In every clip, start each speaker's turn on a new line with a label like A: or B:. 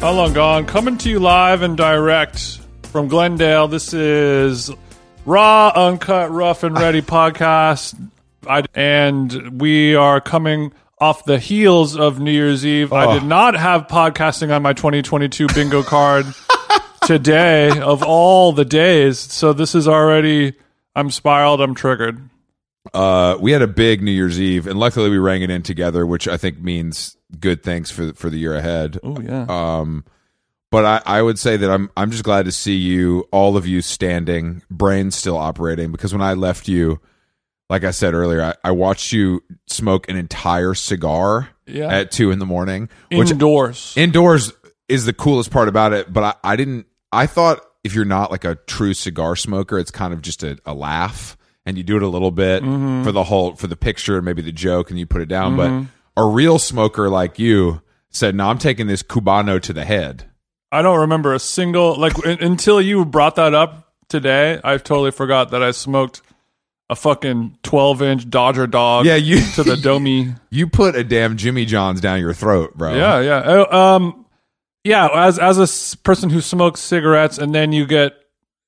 A: How long gone? Coming to you live and direct from Glendale. This is Raw, Uncut, Rough, and Ready podcast. I, and we are coming off the heels of New Year's Eve. I did not have podcasting on my 2022 bingo card today of all the days. So this is already, I'm spiraled, I'm triggered.
B: uh, we had a big New Year's Eve, and luckily we rang it in together, which I think means good things for for the year ahead.
A: Oh, yeah.
B: Um, but I, I would say that I'm I'm just glad to see you, all of you standing, brains still operating, because when I left you, like I said earlier, I, I watched you smoke an entire cigar
A: Yeah.
B: at two in the morning, which
A: Indoors.
B: indoors is the coolest part about it but I, I didn't i thought if you're not like a true cigar smoker it's kind of just a, a laugh and you do it a little bit
A: Mm-hmm.
B: for the whole for the picture and maybe the joke and you put it down but a real smoker like you said no i'm taking this cubano to the head
A: I don't remember a single like un- until you brought that up today. I totally forgot that I smoked a fucking twelve inch Dodger dog.
B: Yeah, you-
A: to the domi.
B: you put a damn jimmy john's down your throat bro
A: Yeah, yeah. Oh, um, yeah. As as a s- person who smokes cigarettes, and then you get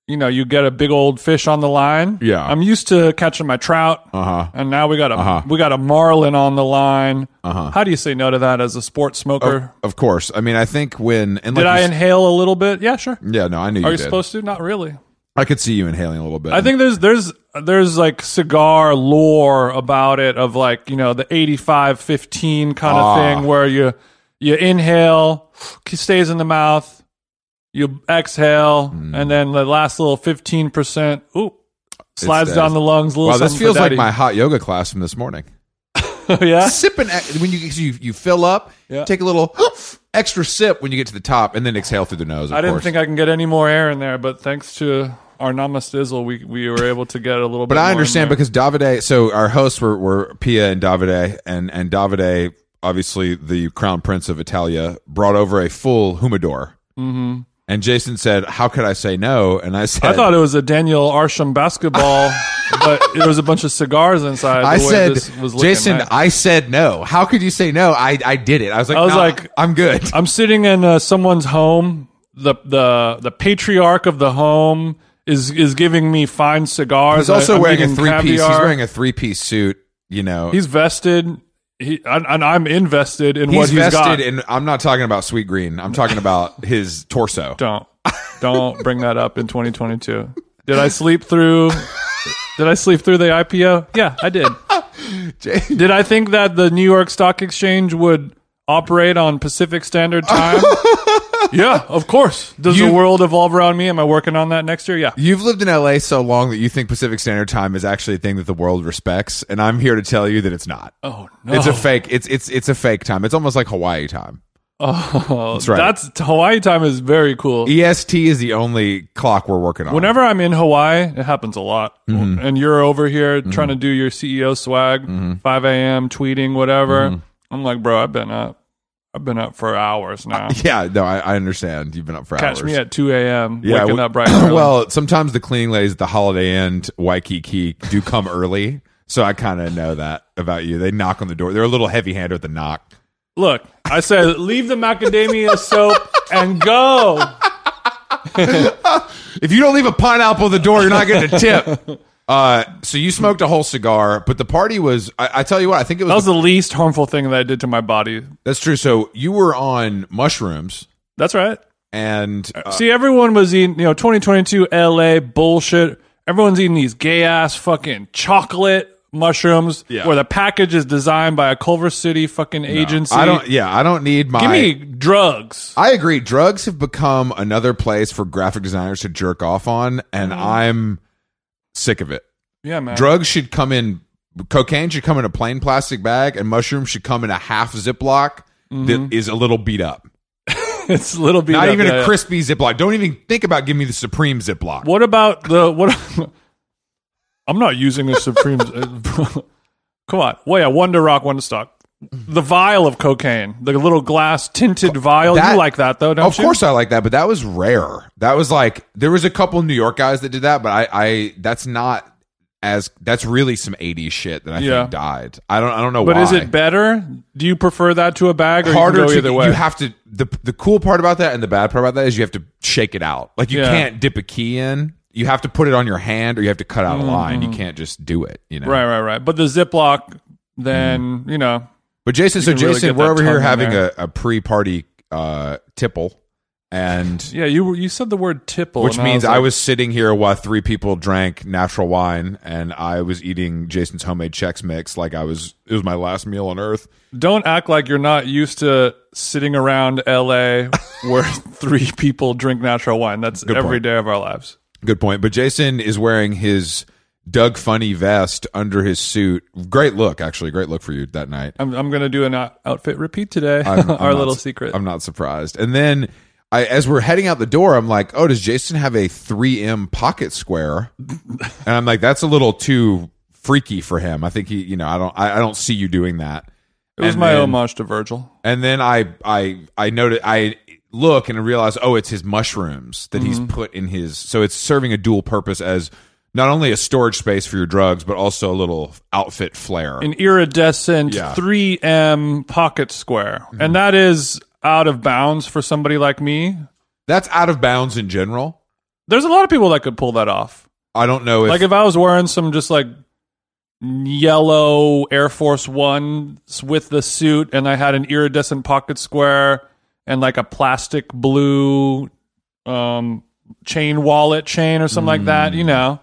A: you know you get a big old fish on the line.
B: Yeah.
A: I'm used to catching my trout.
B: uh-huh
A: And now we got a
B: Uh-huh.
A: we got a marlin on the line.
B: Uh-huh.
A: How do you say no to that as a sports smoker?
B: of course i mean i think when and like
A: Did I
B: you s-
A: inhale a little bit? Yeah, sure.
B: yeah no i knew
A: Are
B: you,
A: you
B: did.
A: supposed to? Not really.
B: i could see you inhaling a little bit
A: I think there's there's there's like cigar lore about it of like you know the 85 15 kind of
B: Ah.
A: thing where you you inhale stays in the mouth you exhale
B: Hmm.
A: and then the last little 15% ooh slides
B: stays.
A: down the lungs a little
B: wow this
A: something for
B: feels like
A: daddy.
B: my hot yoga class from this morning
A: yeah
B: sipping ac- when you you, you fill up,
A: Yeah.
B: take a little extra sip when you get to the top, and then exhale through the nose. Of
A: I didn't
B: course.
A: think I can get any more air in there but thanks to our namastizzle we we were able to get a little bit
B: but
A: more
B: I
A: in
B: understand
A: there.
B: because Davide. So our hosts were, were Pia and Davide, and and Davide, obviously the crown prince of Italia, brought over a full humidor. Mm-hmm. And Jason said, "How could I say no?" And I said,
A: I thought it was a Daniel Arsham basketball, but there was a bunch of cigars inside. The
B: I
A: way
B: said,
A: this was looking,
B: Jason,
A: right?
B: I said no. How could you say no? I, I did it. I was like,
A: I was
B: "Nah,
A: like-
B: I'm good.
A: I'm sitting in uh, someone's home. The the the patriarch of the home is is giving me fine cigars.
B: He's also
A: I- I'm
B: wearing a
A: eating
B: three piece. He's
A: caviar.
B: wearing a three piece suit. You know,
A: He's vested. He and, and I'm invested in what
B: He's
A: he's
B: vested
A: got.
B: in. I'm not talking about sweet green. I'm talking about his torso.
A: don't don't bring that up in 2022. Did I sleep through? Did I sleep through the IPO? Yeah, I did. Did I think that the New York Stock Exchange would operate on Pacific Standard Time? yeah, of course. Does
B: You-
A: the world evolve around me? Am I working on that next year? Yeah.
B: You've lived in LA so long that you think Pacific Standard Time is actually a thing that the world respects, and I'm here to tell you that it's not.
A: Oh no,
B: It's a fake. It's it's it's a fake time. It's almost like Hawaii time.
A: Oh, that's
B: right.
A: Hawaii time is very cool.
B: EST E is the only clock we're working on.
A: Whenever I'm in Hawaii, it happens a lot.
B: Mm-hmm.
A: And you're over here trying to do your CEO swag, 5 a.m. tweeting, whatever.
B: Mm-hmm.
A: I'm like, bro, I've been up. I've been up for hours now.
B: yeah, no, I, I understand. You've been up for
A: Catch
B: hours.
A: me at 2 a.m.
B: yeah,
A: waking
B: we-
A: up bright. and early.
B: well, sometimes the cleaning ladies at the Holiday Inn, Waikiki, do come early, so I kind of know that about you. They knock on the door. They're a little heavy handed at the knock.
A: look, I said, leave the macadamia soap and go.
B: If you don't leave a pineapple at the door, you're not getting a tip. Uh, so you smoked a whole cigar, but the party was, I, I tell you what, I think it was,
A: That was the least harmful thing that I did to my body.
B: that's true. So you were on mushrooms
A: That's right.
B: and uh,
A: See, everyone was eating, you know, 2022 LA bullshit. Everyone's eating these gay ass fucking chocolate mushrooms
B: Yeah.
A: where the package is designed by a Culver City fucking agency.
B: I don't, yeah, I don't need my,
A: Give me drugs.
B: I agree. Drugs have become another place for graphic designers to jerk off on. And I'm sick of it.
A: Yeah, man.
B: Drugs should come in, cocaine should come in a plain plastic bag and mushrooms should come in a half Ziploc
A: Mm-hmm.
B: that is a little beat up.
A: it's a little bit.
B: Not even a crispy Ziploc. Don't even think about giving me the Supreme Ziploc.
A: What about the what? I'm not using a Supreme. Come on, wait. A Wonder Rock, Wonder Stock. The vial of cocaine, the little glass tinted vial.
B: That-
A: you like that though, don't
B: Oh, Of
A: you?
B: course, I like that, but that was rare. That was like there was a couple New York guys that did that, but I, I that's not as that's really some 80s shit that I
A: Yeah.
B: think died. I don't I don't know
A: But
B: why.
A: is it better? Do you prefer that to a bag or
B: harder
A: you can go
B: to
A: either way?
B: you have to the the cool part about that and the bad part about that is you have to shake it out. Like you
A: Yeah.
B: can't dip a key in. You have to put it on your hand or you have to cut out a line. You can't just do it, you know.
A: Mm-hmm. right, right, right. But the Ziploc, then,
B: Hmm.
A: you know,
B: But Jason, so
A: can really
B: Jason,
A: get
B: we're
A: that
B: over here
A: tongue in
B: having a,
A: there.
B: a pre-party uh tipple and
A: yeah, you were- you said the word tipple.
B: which
A: and
B: means
A: I was. like,
B: I was sitting here while three people drank natural wine and I was eating Jason's homemade Chex mix like I was it was my last meal on earth.
A: Don't act like you're not used to sitting around LA where three people drink natural wine. That's every day
B: point.
A: of our lives.
B: Good point. But Jason is wearing his Doug Funny vest under his suit. Great look, actually. Great look for you that night.
A: I'm, I'm going to do an out- outfit repeat today.
B: I'm- I'm
A: our
B: not
A: little
B: su-
A: secret.
B: I'm not surprised. And then I, as we're heading out the door, I'm like, oh, does Jason have a 3M pocket square? and I'm like, that's a little too freaky for him. I think he, you know, I don't, I, I don't see you doing that.
A: it was
B: And
A: my
B: then-
A: homage to Virgil.
B: And then I, I, I noted, I look and realize, oh, it's his mushrooms that
A: Mm-hmm.
B: he's put in his. So it's serving a dual purpose as not only a storage space for your drugs, but also a little outfit flair.
A: An iridescent
B: Yeah. Mm-hmm.
A: 3M pocket square. And that is out of bounds for somebody like me.
B: That's out of bounds in general.
A: There's a lot of people that could pull that off.
B: I don't know if
A: like if I was wearing some just like yellow Air Force Ones with the suit, and I had an iridescent pocket square and like a plastic blue um, chain wallet chain or something like that. You know,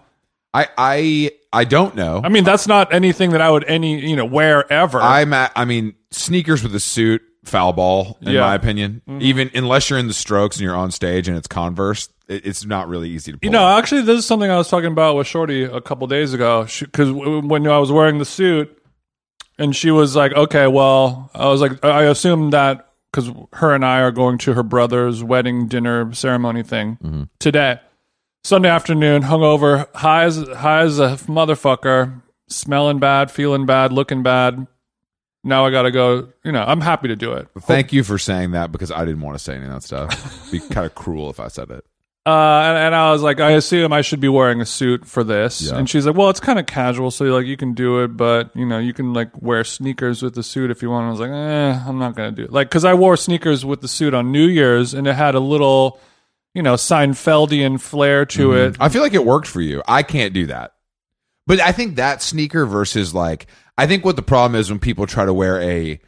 B: I, I, I don't know.
A: I mean that's not anything that I would any you know wear ever.
B: I'm at, I mean, sneakers with a suit, foul ball, in
A: Yeah. Mm-hmm.
B: my opinion. Even unless you're in the strokes and you're on stage and it's Converse, it, it's not really easy to pull.
A: you know, actually, this is something I was talking about with Shorty a couple days ago. Because w when I was wearing the suit, and she was like, "Okay, well," I was like, "I assume that because her and I are going to her brother's wedding dinner ceremony thing today, Sunday afternoon, hungover, high as high as a motherfucker, smelling bad, feeling bad, looking bad. Now I gotta go. You know, I'm happy to do it.
B: Thank you for saying that because I didn't want to say any of that stuff. It'd be kind of cruel if I said it.
A: Uh, and, and I was like, I assume I should be wearing a suit for this.
B: Yeah.
A: And she's like, Well, it's kind of casual, so like you can do it, but you know, you can like wear sneakers with the suit if you want. And I was like, eh, I'm not gonna do it, like because I wore sneakers with the suit on New Year's, and it had a little, you know, Seinfeldian flair to it.
B: I feel like it worked for you. I can't do that. But I think that sneaker versus like I think what the problem is when people try to wear a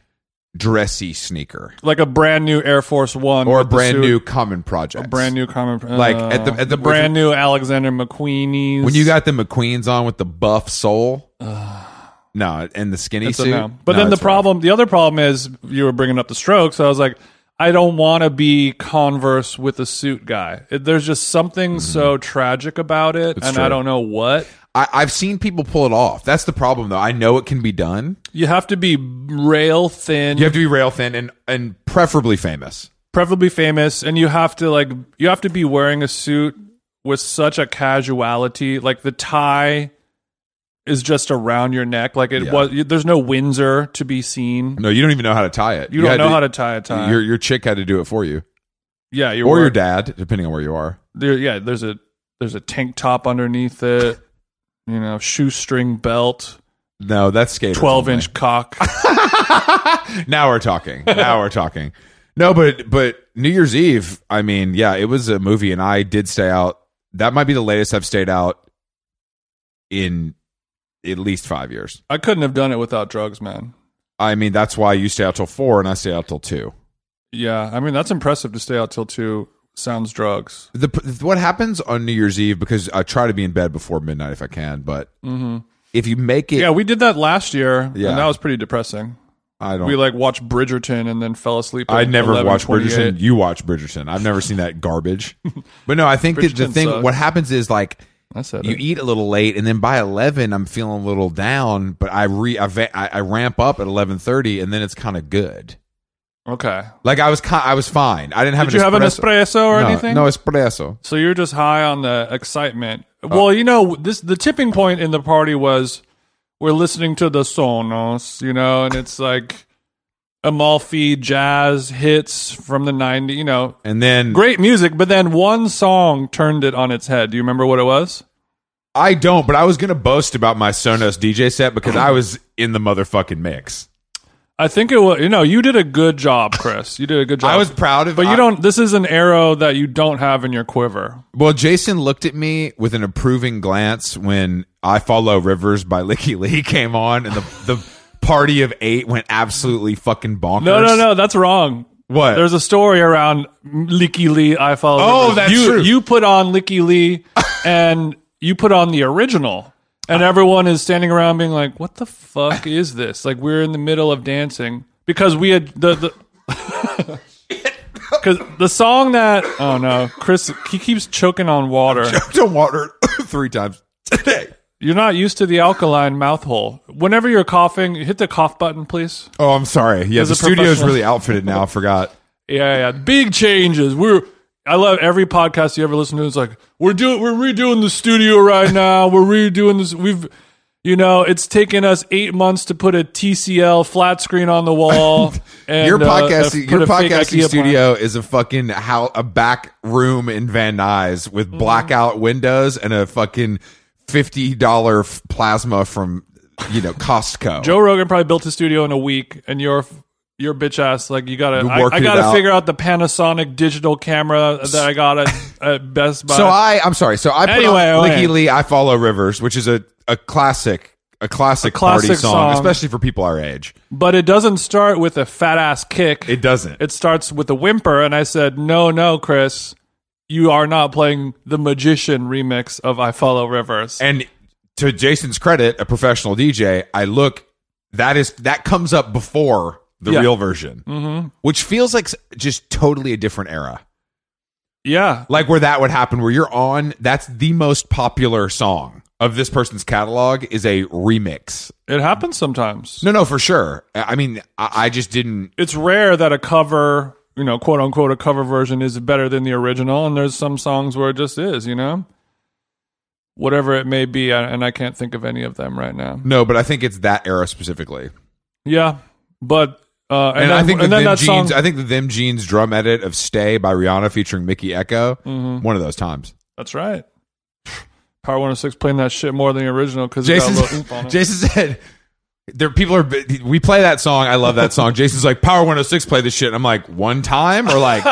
B: dressy sneaker
A: Like a brand new Air Force One
B: or a
A: with the
B: brand
A: suit,
B: new common project.
A: brand new common, uh,
B: Like, at the- at the-
A: brand new Alexander McQueenies.
B: When you got the McQueens on with the buff sole. no, and the skinny
A: It's a
B: suit.
A: no. But
B: No,
A: then the
B: it's rough.
A: problem, the other problem is you were bringing up the strokes. I was like, I don't want to be Converse with a suit guy. It- There's just something so tragic about it, and I
B: Mm-hmm. true.
A: don't know what.
B: I, I've seen people pull it off. That's the problem, though. I know it can be done.
A: You have to be rail thin,
B: You have to be rail thin and and preferably famous.
A: preferably famous, and you have to like you have to be wearing a suit with such a casuality. Like the tie is just around your neck. Like it
B: Yeah.
A: was. You, there's no Windsor to be seen.
B: No, you don't even know how to tie it.
A: You, don't
B: had
A: know how to tie a tie.
B: Your your chick had to do it for you,
A: yeah, you're
B: or
A: wor-
B: your dad, depending on where you are.
A: there yeah there's a there's a tank top underneath it you know shoestring belt
B: No, that's skaters.
A: 12
B: only.
A: inch cock
B: Now we're talking. Now we're talking. No, but but New Year's Eve. I mean, yeah, it was a movie, and I did stay out. That might be the latest I've stayed out in at least five years.
A: i couldn't have done it without drugs man
B: I mean, that's why you stay out till four, and I stay out till two.
A: yeah i mean that's impressive to stay out till two sounds drugs
B: the what happens on New Year's Eve because I try to be in bed before midnight if I can, but if you make it,
A: Mm-hmm. yeah we did that last year
B: Yeah.
A: and that was pretty depressing
B: I don't.
A: we like watched bridgerton and then fell asleep
B: I
A: at
B: never watched
A: 11:28.
B: Bridgerton. You watch Bridgerton. I've never seen that garbage. but no, I think that the
A: Bridgerton
B: thing
A: sucks.
B: what happens is like
A: i said
B: you
A: it.
B: eat a little late, and then by eleven I'm feeling a little down, but I re I, va- I, I ramp up at eleven thirty, and then it's kind of good.
A: okay
B: Like I was ki- I was fine. I didn't have.
A: did
B: an
A: you have an
B: espresso,
A: espresso or
B: no,
A: anything
B: No espresso.
A: So you're just high on the excitement.
B: Uh,
A: well, you know, this the tipping point in the party was we're listening to the sonos, you know, and it's like Amalfi jazz hits from the 90s, you know,
B: And then
A: great music, but then one song turned it on its head. Do you remember what it was?
B: I don't, but I was gonna boast about my Sonos DJ set because I was in the motherfucking mix.
A: I think it was. You know, you did a good job, Chris. You did a good job.
B: I was proud of.
A: but
B: I-
A: you don't. This is an arrow that you don't have in your quiver.
B: Well, Jason looked at me with an approving glance when "I Follow Rivers" by Licky Lee came on, and the the party of eight went absolutely fucking bonkers.
A: No, no, no. That's wrong.
B: What?
A: There's a story around Licky Lee. I follow.
B: Oh,
A: Rivers.
B: that's
A: you,
B: true.
A: You put on Licky Lee, and you put on the original, and everyone is standing around being like, "What the fuck is this?" Like we're in the middle of dancing because we had the the. Because the song that oh no, Chris he keeps choking on water.
B: to water three times today.
A: You're not used to the alkaline mouth hole. Whenever you're coughing, hit the cough button, please.
B: Oh, I'm sorry. Yeah,
A: a
B: the studio's
A: professional.
B: really outfitted now. I forgot.
A: Yeah, yeah. Big changes. We're I love every podcast you ever listen to. It's like we're doing we're redoing the studio right now. We're redoing this. We've you know it's taken us eight months to put a TCL flat screen on the wall. And,
B: your
A: uh,
B: podcasting,
A: put
B: your
A: a fake
B: podcasting
A: IKEA plant.
B: studio is a fucking how a back room in Van Nuys with
A: Mm-hmm.
B: blackout windows and a fucking fifty dollar plasma from you know Costco.
A: Joe Rogan probably built his studio in a week, and your your bitch ass like you gotta I,
B: working
A: I
B: it
A: gotta
B: out.
A: figure out the Panasonic digital camera that I got at, at Best Buy.
B: So I, I'm sorry. So I put
A: Uh, Anyway,
B: on
A: okay.
B: Licky Lee, I Follow Rivers, which is a, a classic, a classic,
A: classic
B: party song,
A: song.
B: especially for people our age.
A: but it doesn't start with a fat ass kick.
B: It doesn't.
A: it starts with a whimper and i said no no chris you are not playing the magician remix of i follow rivers
B: and to Jason's credit, a professional DJ, I look that is that comes up before the
A: Yeah. Mm-hmm.
B: real version, which feels like s- just totally a different era.
A: yeah
B: like where that would happen where you're on that's the most popular song of this person's catalog is a remix
A: it happens sometimes
B: no no for sure i I mean i, I just didn't
A: it's rare that a cover you know quote unquote a cover version is better than the original and there's some songs where it just is you know whatever it may be I- and i can't think of any of them right now
B: no but i think it's that era specifically
A: yeah but uh and,
B: and,
A: then,
B: i think
A: and
B: the
A: then
B: them
A: that song
B: jeans i think the them jeans drum edit of stay by rihanna featuring mickey echo
A: Mm-hmm.
B: one of those times
A: that's right power 106 playing that shit more than the original because
B: jason
A: got a little oomph on it.
B: jason said there people are we play that song i love that song jason's like power 106 play this shit i'm like one time or like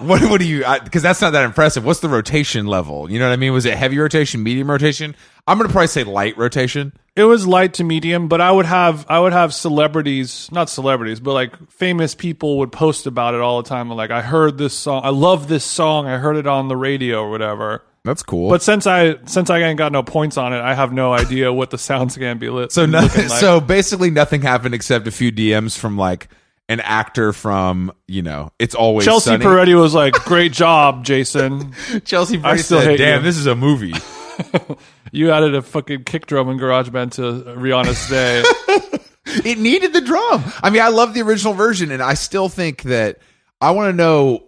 B: what what do you because that's not that impressive what's the rotation level you know what i mean was it heavy rotation medium rotation i'm gonna probably say light rotation
A: it was light to medium but i would have i would have celebrities not celebrities but like famous people would post about it all the time like i heard this song i love this song i heard it on the radio or whatever
B: that's cool
A: but since i since i ain't got no points on it i have no idea what the sound's gonna be lit
B: so nothing
A: looking like.
B: so basically nothing happened except a few dms from like an actor from you know it's always
A: chelsea
B: Sunny.
A: peretti was like great job jason
B: chelsea Peretti
A: still
B: said,
A: hate
B: damn
A: you."
B: this is a movie
A: you added a fucking kick drum and garage band to rihanna's day
B: it needed the drum i mean i love the original version and i still think that i want to know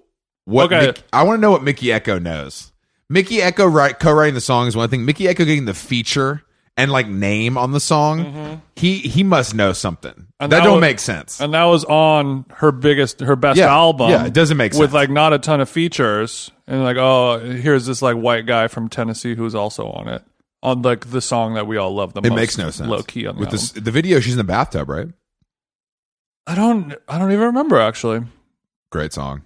B: what
A: Okay.
B: Mick- i want to know what mickey echo knows mickey echo write, co-writing the song is one thing mickey echo getting the feature and like name on the song he he must know something that,
A: Mm-hmm. that
B: don't
A: was-
B: make sense
A: and that was on her biggest her best
B: Yeah,
A: album
B: yeah, it doesn't make sense.
A: with like not a ton of features and like oh here's this like white guy from tennessee who's also on it on like the song that we all love the
B: it
A: most
B: makes no sense
A: low key on with
B: with this the video she's in the bathtub right
A: i don't i don't even remember actually
B: great song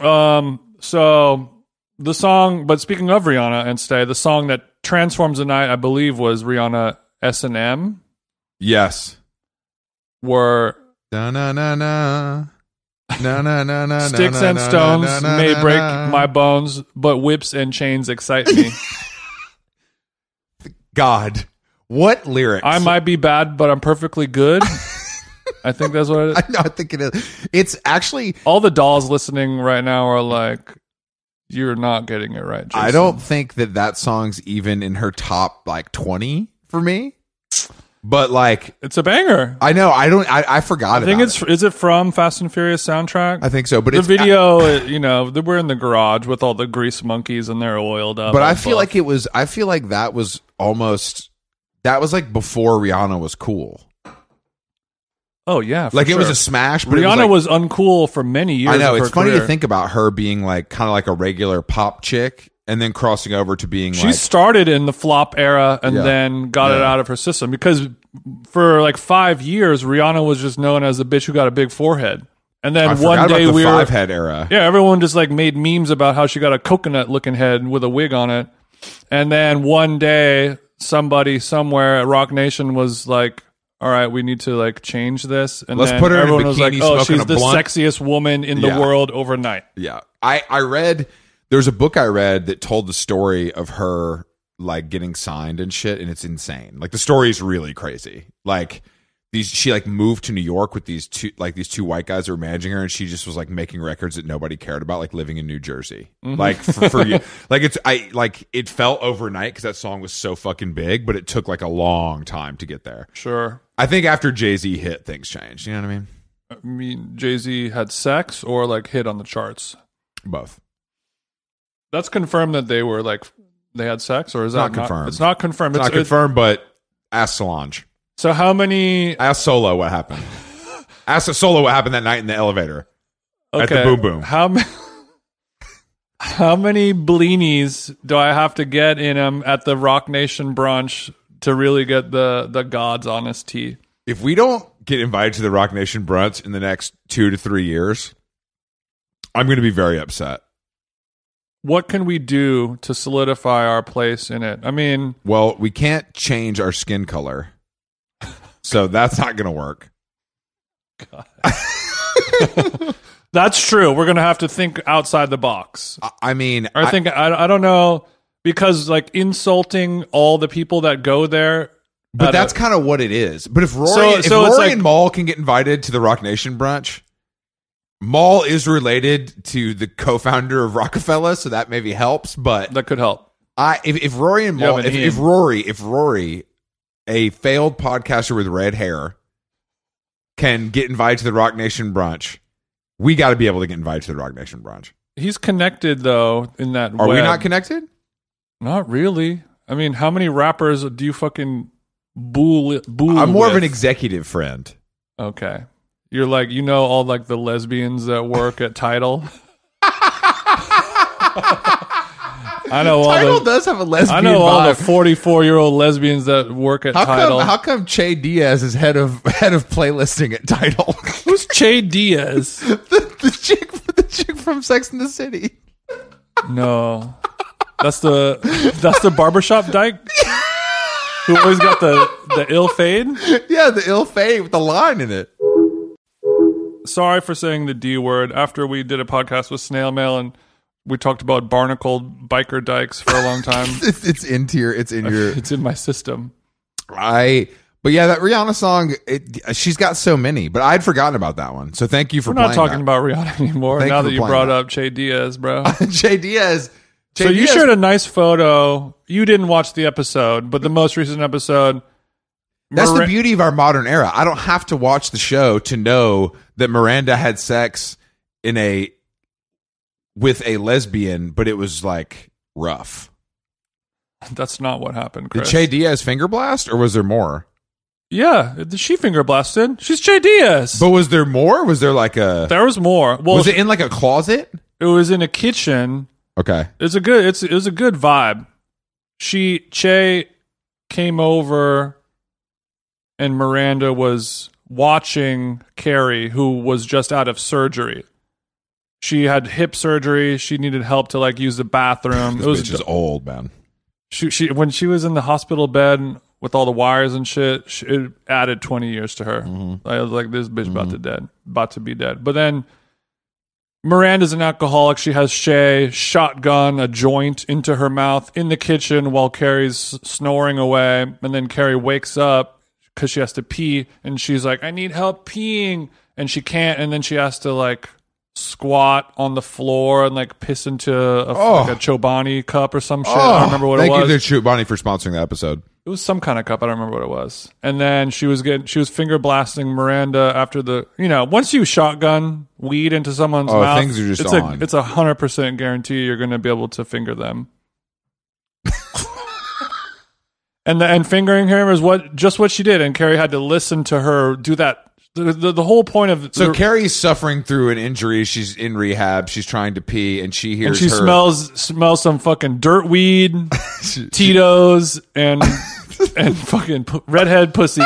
A: um so the song but speaking of rihanna and stay the song that transforms the night i believe was rihanna s&m
B: yes
A: were
B: na na na na na na na na
A: Sticks and stones may break my bones, but whips and chains excite me.
B: god what lyrics
A: I might be bad, but I'm perfectly good. I think that's what it is.
B: I, know, I think it is. It's actually.
A: All the dolls listening right now are like, you're not getting it right. Jason.
B: I don't think that that song's even in her top like twenty for me. But like,
A: It's a banger.
B: I know I don't. I, I forgot.
A: I think
B: about
A: it's
B: it.
A: is it from Fast and Furious soundtrack?
B: I think so. But
A: the
B: it's
A: video, uh, you know, th- we're in the garage with all the grease monkeys and they're oiled up.
B: but
A: and
B: I feel
A: buff.
B: like it was. I feel like that was almost. That was like before Rihanna was cool.
A: oh yeah, for
B: Like it was
A: sure.
B: a smash. But it
A: Rihanna
B: was.
A: was, uncool for many years.
B: Like, I know
A: of her
B: it's funny
A: career.
B: to think about her being like kind of like a regular pop chick, and then crossing over to being
A: She started in the flop era and
B: Yeah.
A: then got it
B: Yeah.
A: out of her system because for like five years, Rihanna was just known as the bitch who got a big forehead. And then
B: like I forgot
A: one
B: about
A: day
B: the
A: we were
B: five head era.
A: yeah, everyone just like made memes about how she got a coconut looking head with a wig on it. And then one day somebody somewhere at Rock Nation was like, all right, we need to like change this. And
B: Let's
A: then
B: put her in a
A: everyone was like,
B: bikini
A: oh,
B: smoking
A: she's
B: a
A: the
B: blunt."
A: sexiest woman in
B: Yeah.
A: the world overnight.
B: Yeah. I, I read, there's a book I read that told the story of her like getting signed and shit. And it's insane. Like the story is really crazy. Like these, she like moved to New York with these two, like these two white guys who were managing her. And she just was like making records that nobody cared about, like living in New Jersey. Like for, for you, like it's, I like it fell overnight because that song was so fucking big, but it took like a long time to get there.
A: Sure.
B: I think after Jay Z hit, things changed. You know what I mean?
A: I mean, Jay Z had sex or like hit on the charts.
B: Both.
A: That's confirmed that they were like, they had sex or is
B: Not
A: that
B: confirmed.
A: It's not confirmed.
B: It's
A: It's,
B: not confirmed, but ask Solange.
A: it- so how many?
B: Ask Solo what happened. Ask Solo what happened that night in the elevator.
A: Okay,
B: At the boom boom.
A: How many? How many blinis do I have to get in them at the Rock Nation brunch to really get the the God's honest tea?
B: If we don't get invited to the Rock Nation brunch in the next two to three years, I'm going to be very upset.
A: What can we do to solidify our place in it? I mean,
B: Well, we can't change our skin color, so that's not going to work.
A: that's true. We're gonna have to think outside the box.
B: I, I mean,
A: I
B: I-
A: think I, I don't know because like insulting all the people that go there.
B: but
A: I don't-
B: that's kind of what it is. But if Rory,
A: So-
B: if
A: so it's
B: Rory
A: like-
B: and Maul can get invited to the Rock Nation brunch, Maul is related to the co-founder of Rockefeller, so that maybe helps. But
A: that could help.
B: I if, if Rory and
A: Yeah,
B: Maul,
A: but
B: if,
A: he-
B: if Rory if Rory, a failed podcaster with red hair, can get invited to the Rock Nation brunch, we got to be able to get invited to the Rock Nation brunch.
A: He's connected though in that.
B: Are we
A: web.
B: not connected?
A: Not really. I mean, how many rappers do you fucking bool? bool
B: I'm more of an
A: with?
B: executive friend.
A: okay. You're like you know all like the lesbians that work at Title. I know all
B: Title
A: the
B: does have a lesbian
A: I know all the
B: vibe.
A: 44 year old lesbians that work at
B: how
A: Title.
B: come? How come Che Diaz is head of head of playlisting at Title?
A: Who's Che Diaz?
B: the, the chick, the chick from Sex in the City.
A: No. That's the that's the barbershop dyke who always got the the ill fade.
B: Yeah, the ill fate with the line in it.
A: Sorry for saying the D word after we did a podcast with Snail Mail and we talked about barnacled biker dykes for a long time.
B: It's, it's into your. It's in your.
A: it's in my system.
B: I but yeah, that Rihanna song. It, she's got so many, but I'd forgotten about that one. So thank you for
A: We're not
B: playing
A: talking
B: that.
A: about Rihanna anymore
B: Thank
A: now
B: you
A: that
B: for
A: you
B: playing
A: brought
B: that.
A: up Che Diaz, bro.
B: Jay Diaz. Jay
A: so you
B: Diaz-
A: shared a nice photo. You didn't watch the episode, but the most recent episode
B: That's the
A: Mira-
B: beauty of our modern era. I don't have to watch the show to know that Miranda had sex in a with a lesbian, but it was like rough.
A: that's not what happened,
B: Did
A: Chris.
B: Che Diaz finger blast, or was there more?
A: yeah, she finger blasted. She's Che Diaz.
B: But was there more? Was there like a?
A: There was more. Well,
B: Was
A: it,
B: it in like a closet?
A: was in a kitchen.
B: Okay.
A: It's a good. It's it was a good vibe. She Che came over, and Miranda was watching Carrie, who was just out of surgery. She had hip surgery. She needed help to like use the bathroom.
B: This
A: It was
B: bitch is old, man.
A: she, she when she was in the hospital bed with all the wires and shit, she, it added twenty years to her.
B: Mm-hmm.
A: I was like, this bitch about to dead, about to be dead. But then Miranda's an alcoholic. She has Shay shotgun a joint into her mouth in the kitchen while Carrie's snoring away, and then Carrie wakes up because she has to pee, and she's like, I need help peeing, and she can't, and then she has to like squat on the floor and like piss into a,
B: Oh.
A: like a Chobani cup or some shit. I don't remember what
B: thank
A: it was.
B: you to Shoot Bonnie for sponsoring that episode.
A: It was some kind of cup. I don't remember what it was. And then she was getting, she was finger blasting Miranda after the, you know, once you shotgun weed into someone's
B: Oh,
A: mouth,
B: things are just
A: it's
B: on.
A: a it's a hundred percent guarantee you're going to be able to finger them. and the, and fingering him is what just what she did. And Carrie had to listen to her do that. The, the, the whole point of
B: So Carrie's suffering through an injury. She's in rehab. She's trying to pee, and she hears
A: she
B: her.
A: smells smells some fucking dirt weed, Tito's, and and fucking p- redhead pussy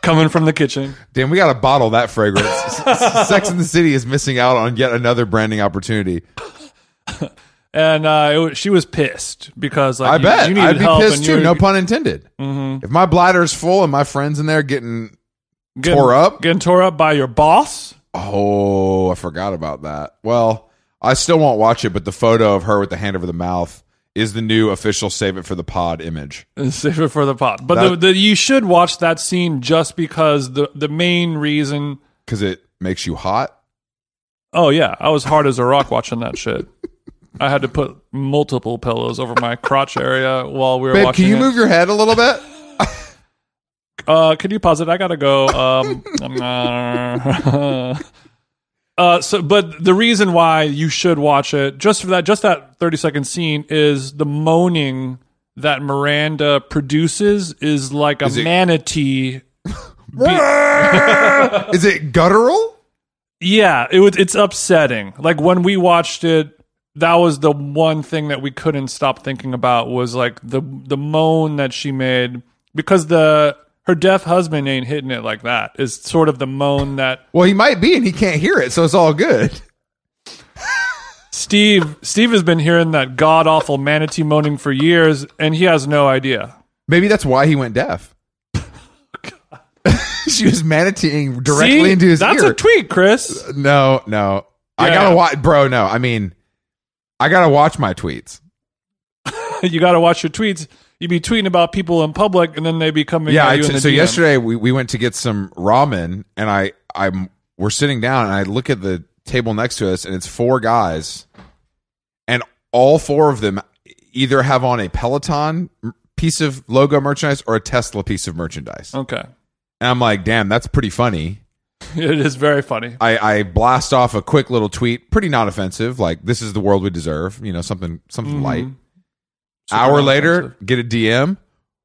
A: coming from the kitchen.
B: Damn, we got to bottle that fragrance. Sex in the City is missing out on yet another branding opportunity.
A: And uh, it was, she was pissed because like
B: I
A: you,
B: bet
A: you needed
B: I'd be
A: help
B: pissed
A: and Mm-hmm.
B: too.
A: you
B: No pun intended. If my bladder's full and my friends in there getting
A: getting,
B: tore up?
A: getting tore up by your boss.
B: oh, I forgot about that. Well, I still won't watch it, but the photo of her with the hand over the mouth is the new official save it for the pod image.
A: and save it for the pot. But
B: That-
A: the, the, you should watch that scene just because the the main reason.
B: because it makes you hot.
A: Oh yeah, I was hard as a rock watching that shit. I had to put multiple pillows over my crotch area while we were
B: Babe,
A: watching.
B: can you
A: it.
B: move your head a little bit?
A: Uh, can you pause it? I gotta go. Um, uh, uh, so, but the reason why you should watch it just for that, just that thirty second scene is the moaning that Miranda produces is like a
B: it-
A: manatee
B: Is it guttural?
A: Yeah, it was. It's upsetting. Like when we watched it, that was the one thing that we couldn't stop thinking about was like the the moan that she made because the her deaf husband ain't hitting it like that. Is sort of the moan that
B: Well, he might be, and he can't hear it, so it's all good.
A: Steve Steve has been hearing that god awful manatee moaning for years, and he has no idea.
B: Maybe that's why he went deaf. she was manateeing directly
A: See?
B: into his
A: That's
B: ear.
A: a tweet, Chris.
B: no, no. I
A: Yeah.
B: gotta watch, bro. No, I mean, I gotta watch my tweets.
A: you got to watch your tweets. You be tweeting about people in public, and then they be coming.
B: yeah.
A: at
B: I
A: you
B: t-
A: in the
B: so
A: DM.
B: yesterday we, we went to get some ramen, and I I'm we're sitting down, and I look at the table next to us, and it's four guys, and all four of them either have on a Peloton m- piece of logo merchandise or a Tesla piece of merchandise,
A: Okay,
B: and I'm like, damn, that's pretty funny.
A: it is very funny.
B: I, I blast off a quick little tweet, pretty not offensive, like this is the world we deserve, you know, something something light.
A: Mm-hmm. Super
B: Hour
A: offensive.
B: later, get a DM.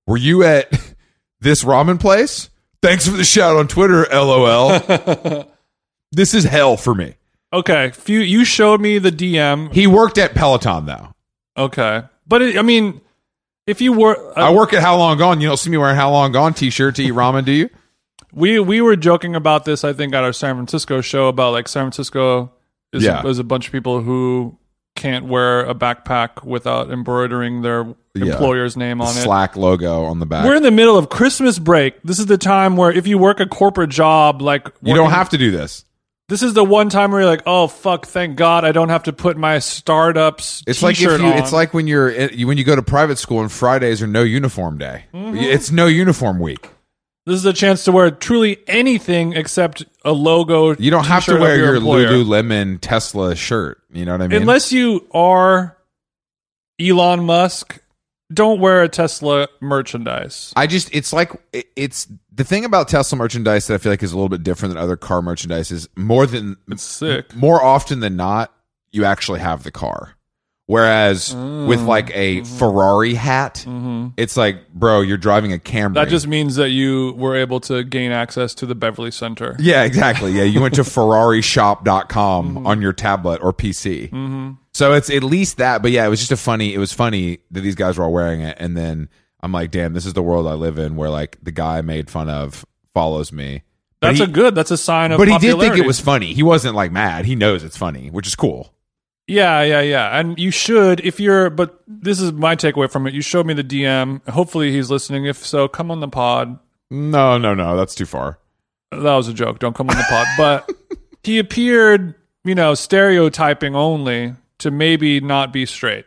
B: Were you at this ramen place? Thanks for the shout on Twitter, LOL. this is hell for me.
A: Okay, few, you showed me the DM.
B: He worked at Peloton though.
A: Okay, but it, I mean, if you were, uh,
B: I work at How Long Gone. You don't see me wearing How Long Gone t-shirt to eat ramen, do you?
A: we we were joking about this. I think at our San Francisco show about like San Francisco is
B: Yeah.
A: is a bunch of people who can't wear a backpack without embroidering their
B: Yeah.
A: employer's name on it.
B: Slack logo on the back.
A: We're in the middle of Christmas break. This is the time where if you work a corporate job, like
B: you
A: working-
B: don't have to do this.
A: This is the one time where you're like, oh fuck, thank God, I don't have to put my startups.
B: It's like if
A: t-shirt
B: you,
A: on.
B: it's like when you're you- when you go to private school and Fridays are no uniform day.
A: Mm-hmm.
B: It's no uniform week.
A: This is a chance to wear truly anything except a logo.
B: You don't have to
A: t-shirt of
B: wear your,
A: employer.
B: Lululemon Tesla shirt. You know what I mean?
A: unless you are Elon Musk. Don't wear a Tesla merchandise.
B: I just it's like it- it's the thing about Tesla merchandise that I feel like is a little bit different than other car merchandise is more than
A: It's sick.
B: more often than not you actually have the car. Whereas
A: Mm.
B: with like a
A: Mm-hmm.
B: Ferrari hat, it's like, bro, you're driving a Camry.
A: That just means that you were able to gain access to the Beverly Center.
B: Yeah, exactly. Yeah, you went to ferrarishop.com
A: Mm-hmm.
B: on your tablet or PC. So it's at least that, but yeah, it was just a funny it was funny that these guys were all wearing it and then I'm like, damn, this is the world I live in where like the guy I made fun of follows me. But
A: That's
B: he-
A: a good. That's a sign of.
B: But he did think
A: popularity.
B: it was funny. He wasn't like mad. He knows it's funny, which is cool.
A: Yeah, yeah, yeah. And you should, if you're, but this is my takeaway from it. You showed me the DM. Hopefully he's listening. If so, come on the pod.
B: No, no, no, that's too far.
A: that was a joke. Don't come on the pod. But he appeared, you know, stereotyping only to maybe not be straight.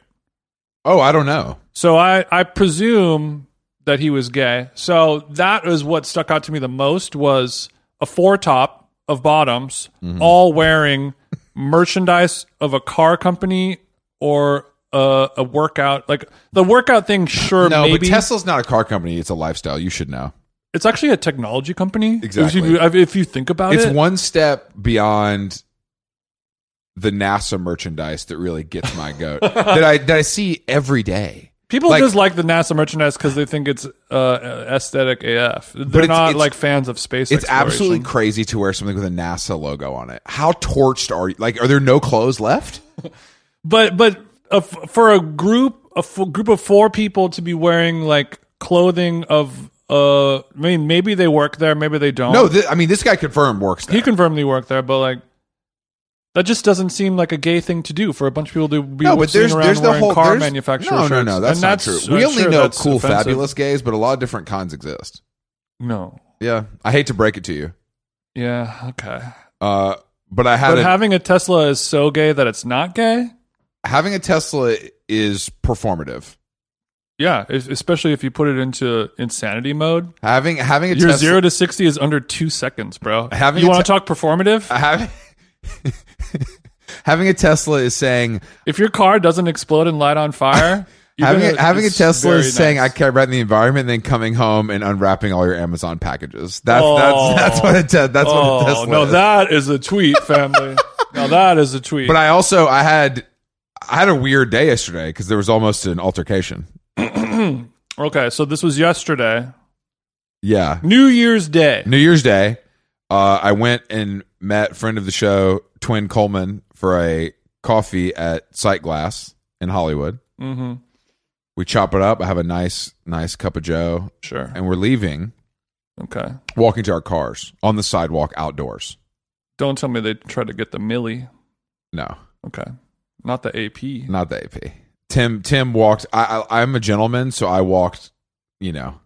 B: Oh, I don't know.
A: So I, I presume that he was gay. So that is what stuck out to me the most was a four top of bottoms
B: Mm-hmm.
A: all wearing merchandise of a car company or a, a workout like the workout thing sure
B: No,
A: maybe
B: but Tesla's not a car company, it's a lifestyle. You should know.
A: it's actually a technology company
B: Exactly.
A: if you, if you think about
B: it's
A: it
B: one step beyond the NASA merchandise that really gets my goat that I that I see every day.
A: People
B: Like-
A: just like the NASA merchandise because they think it's uh, aesthetic AF. They're
B: it's-
A: not
B: it's-
A: like fans of space.
B: It's
A: exploration.
B: absolutely crazy to wear something with a NASA logo on it. How torched are you? Like, are there no clothes left?
A: but but a f for a group a f- group of four people to be wearing like clothing of uh, I mean maybe they work there, maybe they don't.
B: No, th- I mean this guy confirmed works there.
A: Oh. he confirmed they work there, but like. That just doesn't seem like a gay thing to do for a bunch of people to be
B: no, but
A: sitting
B: there's
A: around
B: there's the
A: wearing
B: whole
A: car
B: there's-
A: manufacturer
B: No, no,
A: shirts.
B: no, that's
A: And
B: not
A: that's-
B: true. We
A: I'm
B: only
A: sure
B: know
A: that's
B: cool,
A: offensive.
B: fabulous gays, but a lot of different cons exist.
A: No,
B: Yeah, I hate to break it to you,
A: yeah, okay.
B: uh, but I had
A: But
B: a,
A: having a Tesla is so gay that it's not gay.
B: having a Tesla is performative.
A: Yeah, es- especially if you put it into insanity mode.
B: Having having a
A: Your
B: Tesla,
A: zero to sixty is under two seconds, bro.
B: Having
A: you
B: a
A: want to
B: te-
A: talk performative?
B: having having a Tesla is saying
A: if your car doesn't explode and light on fire, you're
B: having
A: gonna-
B: a, having a
A: it's
B: Tesla
A: very
B: is saying I
A: nice.
B: care about the environment, and then coming home and unwrapping all your Amazon packages. That's
A: Oh.
B: that's that's what it te- that's what a
A: Oh
B: Tesla.
A: no,
B: is.
A: that is a tweet, family. now that is a tweet.
B: but I also I had I had a weird day yesterday because there was almost an altercation.
A: okay, so this was yesterday,
B: Yeah,
A: New Year's Day.
B: New Year's Day, uh, I went and met friend of the show Twin Coleman for a coffee at Sightglass in Hollywood.
A: Mm-hmm.
B: We chop it up. I have a nice nice cup of Joe,
A: Sure.
B: and we're leaving,
A: Okay.
B: walking to our cars on the sidewalk outdoors.
A: Don't tell me they tried to get the milli.
B: No.
A: Okay. Not the AP.
B: not the AP. Tim Tim walked. I, I I'm a gentleman, so I walked. You know,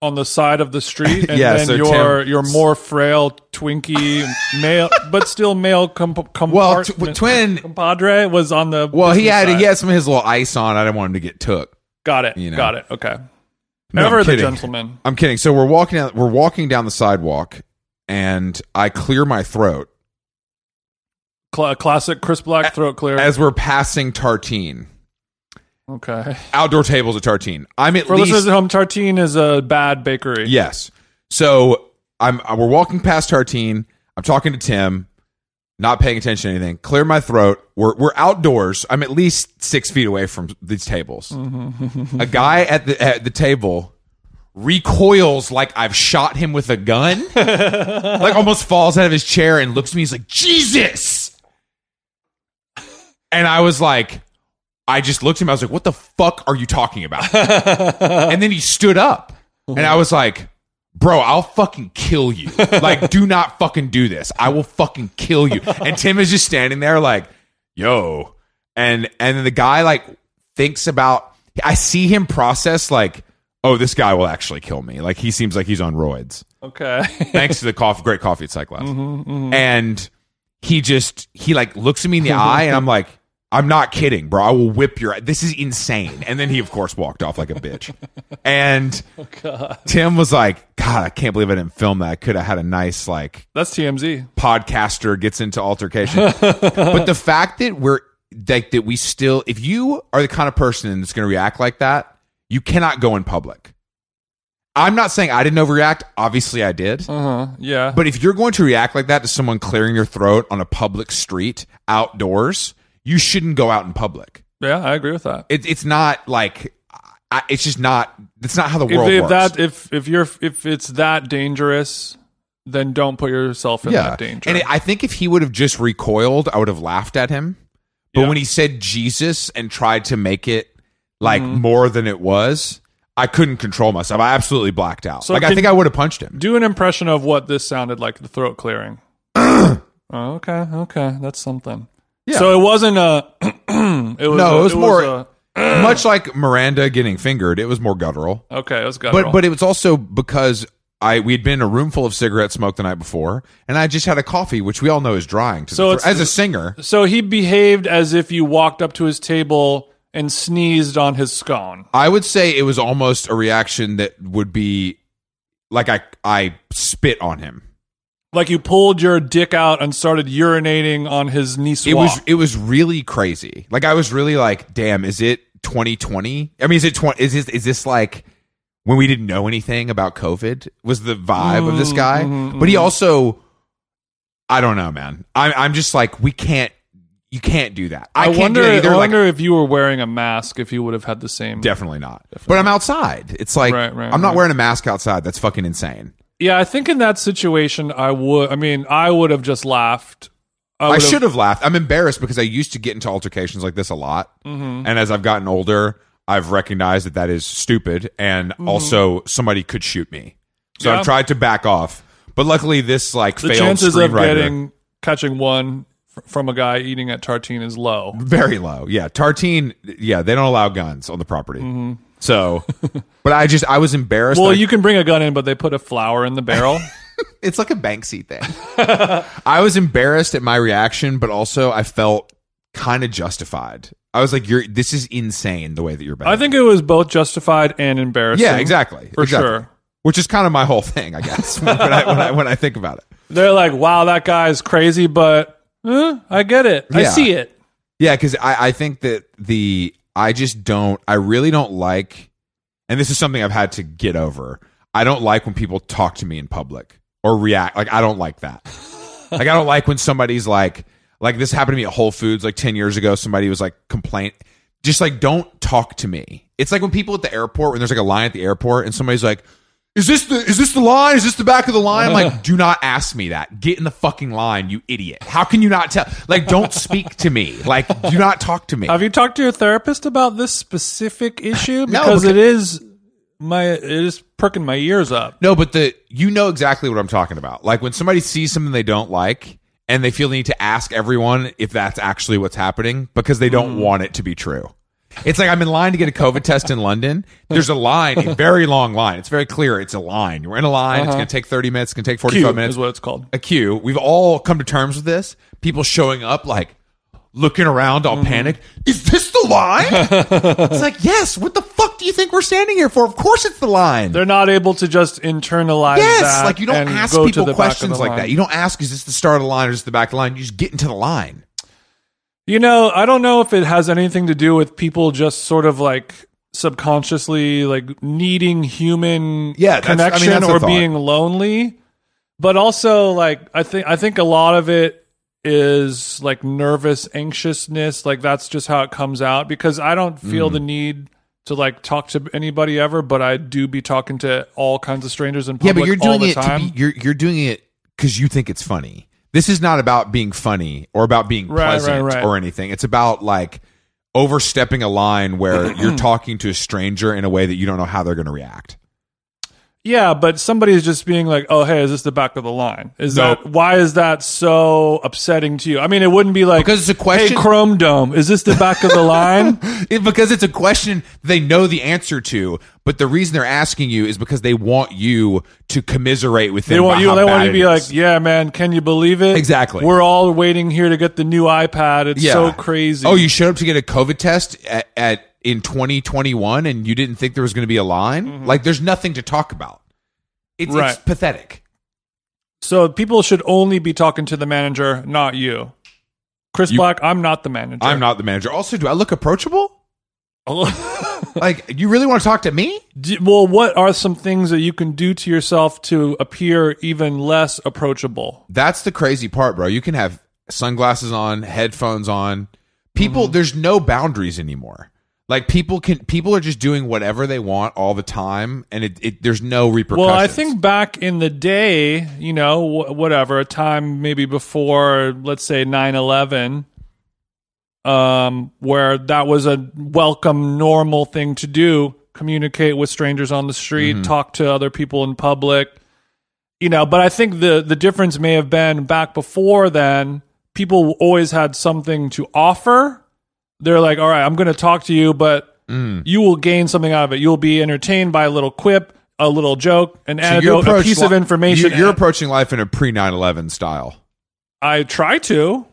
A: on the side of the street, and
B: Yeah,
A: then
B: so
A: your
B: Tim-
A: your more frail Twinkie male, but still male comp-
B: Well, tw-
A: compartment-
B: twin-
A: compadre was on the.
B: well he
A: business
B: had
A: side.
B: he had some of his little ice on. I didn't want him to get took.
A: Got it.
B: you know.
A: Got it. Okay.
B: No,
A: Ever
B: I'm
A: the
B: kidding.
A: gentleman.
B: I'm kidding. So we're walking down we're walking down the sidewalk, and I clear my throat
A: Cla classic Chris Black throat clear.
B: as we're passing Tartine
A: okay.
B: outdoor tables at Tartine. I'm at
A: For
B: least
A: listeners at home, Tartine is a bad bakery.
B: Yes. So I'm we're walking past Tartine. I'm talking to Tim, not paying attention to anything. Clear my throat. We're we're outdoors. I'm at least six feet away from these tables. a guy at the at the table recoils like I've shot him with a gun. like almost falls out of his chair and looks at me. He's like, Jesus. And I was like, I just looked at him. I was like, what the fuck are you talking about? and then he stood up. And I was like, bro, I'll fucking kill you. Like, do not fucking do this. I will fucking kill you. And Tim is just standing there like, yo. And and then the guy like thinks about I see him process like, oh, this guy will actually kill me. Like he seems like he's on roids
A: Okay.
B: thanks to the coffee, great coffee at Cyclops. And he just he like looks at me in the eye, and I'm like, I'm not kidding, bro. I will whip your. This is insane. And then he, of course, walked off like a bitch. And Tim was like, God, I can't believe I didn't film that. I could have had a nice like
A: That's TMZ.
B: podcaster gets into altercation. but the fact that we're like that, we still. If you are the kind of person that's going to react like that, you cannot go in public. I'm not saying I didn't overreact. Obviously, I did.
A: Uh huh. Yeah.
B: But if you're going to react like that to someone clearing your throat on a public street outdoors, you shouldn't go out in public.
A: yeah, I agree with that.
B: It, it's not like I, it's just not. It's not how the
A: If,
B: world
A: if
B: works.
A: that if if you're if it's that dangerous, then don't put yourself in
B: yeah,
A: that danger.
B: and it, I think if he would have just recoiled, I would have laughed at him. But
A: Yeah.
B: when he said Jesus and tried to make it like
A: Mm-hmm.
B: more than it was, I couldn't control myself. I absolutely blacked out.
A: So
B: like I
A: can-
B: think I would have punched him.
A: Do an impression of what this sounded like, the throat clearing. oh, okay, okay. That's something.
B: Yeah.
A: So it wasn't a it was
B: No,
A: a-
B: it was more-
A: a-
B: Much like Miranda getting fingered, it was more guttural.
A: okay, it was guttural.
B: but but it was also because I we had been in a room full of cigarette smoke the night before, and I just had a coffee, which we all know is drying. To
A: So
B: the
A: it's-
B: throat. as a singer,
A: so he behaved as if you walked up to his table and sneezed on his scone.
B: I would say it was almost a reaction that would be like I I spit on him.
A: Like you pulled your dick out and started urinating on his knee swap.
B: It was it was really crazy. Like I was really like, damn, is it 2020? I mean, is it 20? Is this is this like when we didn't know anything about COVID? Was the vibe of
A: Mm-hmm,
B: this guy?
A: Mm, mhm,
B: But he also, I don't know, man. I'm I'm just like we can't. you can't do that.
A: I,
B: I, can't
A: wonder.
B: do that either.
A: I
B: like,
A: wonder if you were wearing a mask, if you would have had the same.
B: definitely not. But I'm outside. It's like
A: Right, right,
B: I'm not
A: right.
B: wearing a mask outside. That's fucking insane.
A: yeah, I think in that situation, I would. I mean, I would have just laughed.
B: I
A: would've-
B: should have laughed. I'm embarrassed because I used to get into altercations like this a lot.
A: Mm-hmm.
B: And as I've gotten older, I've recognized that that is stupid. And also, somebody could shoot me.
A: Mm-hmm.
B: So
A: Yeah.
B: I've tried to back off. But luckily, this like
A: The
B: failed
A: chances of
B: screenwriter
A: getting catching one f- from a guy eating at Tartine is low.
B: very low. Yeah, Tartine. Yeah, they don't allow guns on the property. So, but I just I was embarrassed.
A: Mm-hmm. Well,
B: that I-
A: you can bring a gun in, but they put a flower in the barrel.
B: it's like a Banksy thing. I was embarrassed at my reaction, but also I felt kind of justified. I was like, "You're this is insane the way that you're
A: I
B: behaving."
A: think it was both justified and embarrassing.
B: yeah, exactly,
A: For
B: exactly.
A: sure.
B: Which is kind of my whole thing, I guess. when, I, when I when I think about it,
A: They're like, "Wow, that guy's crazy," but eh, I get it. I
B: Yeah.
A: see it.
B: yeah, because I I think that the I just don't I really don't like, and this is something I've had to get over. I don't like when people talk to me in public or react like I don't like that. like I don't like when somebody's like like this happened to me at Whole Foods like 10 years ago somebody was like complain just like don't talk to me. It's like when people at the airport when there's like a line at the airport and somebody's like is this the is this the line? Is this the back of the line? I'm like, do not ask me that. Get in the fucking line, you idiot. How can you not tell? Like, don't speak to me. Like, do not talk to me.
A: Have you talked to your therapist about this specific issue?
B: No,
A: Because
B: beca-
A: it is my it is perking my ears up.
B: No, but the you know exactly what I'm talking about. Like when somebody sees something they don't like and they feel the need to ask everyone if that's actually what's happening because they
A: Mm.
B: don't want it to be true. It's like I'm in line to get a COVID test in London. There's a line, a very long line. It's very clear. It's a line. We're in a line. It's going to take 30 minutes. It's going to take 45
A: Cute
B: minutes.
A: Uh-huh. is what it's called.
B: a queue. We've all come to terms with this. People showing up like looking around
A: Mm-hmm.
B: all panicked. Is this the line? it's like, yes. What the fuck do you think we're standing here for? Of course it's the line.
A: They're not able to just internalize.
B: Yes,
A: that
B: like you don't
A: and
B: ask
A: go to
B: people
A: the back of
B: questions
A: the
B: like
A: line.
B: that. You don't ask, is this the start of the line or is this the back of the line? You just get into the line.
A: You know, I don't know if it has anything to do with people just sort of like subconsciously like needing human
B: Yeah, that's- I mean,
A: connection
B: that's a
A: or
B: thought.
A: being lonely. But also like I think I think a lot of it is like nervous anxiousness, like that's just how it comes out because I don't feel
B: Mm-hmm.
A: the need to like talk to anybody ever, but I do be talking to all kinds of strangers in
B: Yeah,
A: public
B: but you're
A: all
B: doing
A: the
B: it. To
A: time.
B: be, you're you're doing it because you think it's funny. This is not about being funny or about being
A: Right, right,
B: pleasant
A: right.
B: or anything. It's about like overstepping a line where you're talking to a stranger in a way that you don't know how they're going to react.
A: Yeah, but somebody is just being like, "Oh, hey, is this the back of the line?" Is
B: Nope.
A: that why is that so upsetting to you? I mean, it wouldn't be like
B: Because it's a
A: Hey,
B: question-
A: Chrome Dome, is this the back of the line?
B: It, because it's a question they know the answer to, but the reason they're asking you is because they want you to commiserate with them.
A: they want
B: about
A: you.
B: how
A: They
B: bad
A: want you to
B: it
A: be
B: is.
A: like, "Yeah, man, can you believe it?"
B: Exactly.
A: We're all waiting here to get the new iPad. It's
B: Yeah.
A: so crazy.
B: Oh, you showed up to get a COVID test at, at in 2021, and you didn't think there was going to be a line. Like, there's nothing to talk about. It's, it's
A: Mm-hmm. Right.
B: pathetic.
A: so people should only be talking to the manager, not you. Chris Black, I'm not the manager.
B: I'm not the manager. Also, do I look approachable?
A: not.
B: Like, you really want to talk to me?
A: Do- well, what are some things that you can do to yourself to appear even less approachable?
B: That's the crazy part, bro. You can have sunglasses on, headphones on. People,
A: Mm-hmm.
B: there's no boundaries anymore. Like people can, people are just doing whatever they want all the time, and it, it there's no repercussions.
A: Well, I think back in the day, you know, wh- whatever, a time maybe before, let's say 9 11, um, where that was a welcome, normal thing to do communicate with strangers on the street, talk to other people in public. You know, but I think the, the difference may have been back before then, people always had something to offer. They're like, all right, I'm going to talk to you, but
B: Mm.
A: you will gain something out of it. You'll be entertained by a little quip, a little joke, an
B: So you
A: anecdote, a
B: approach
A: piece of
B: li-
A: information.
B: you- You're approaching life in a pre 9/11 style.
A: I try to,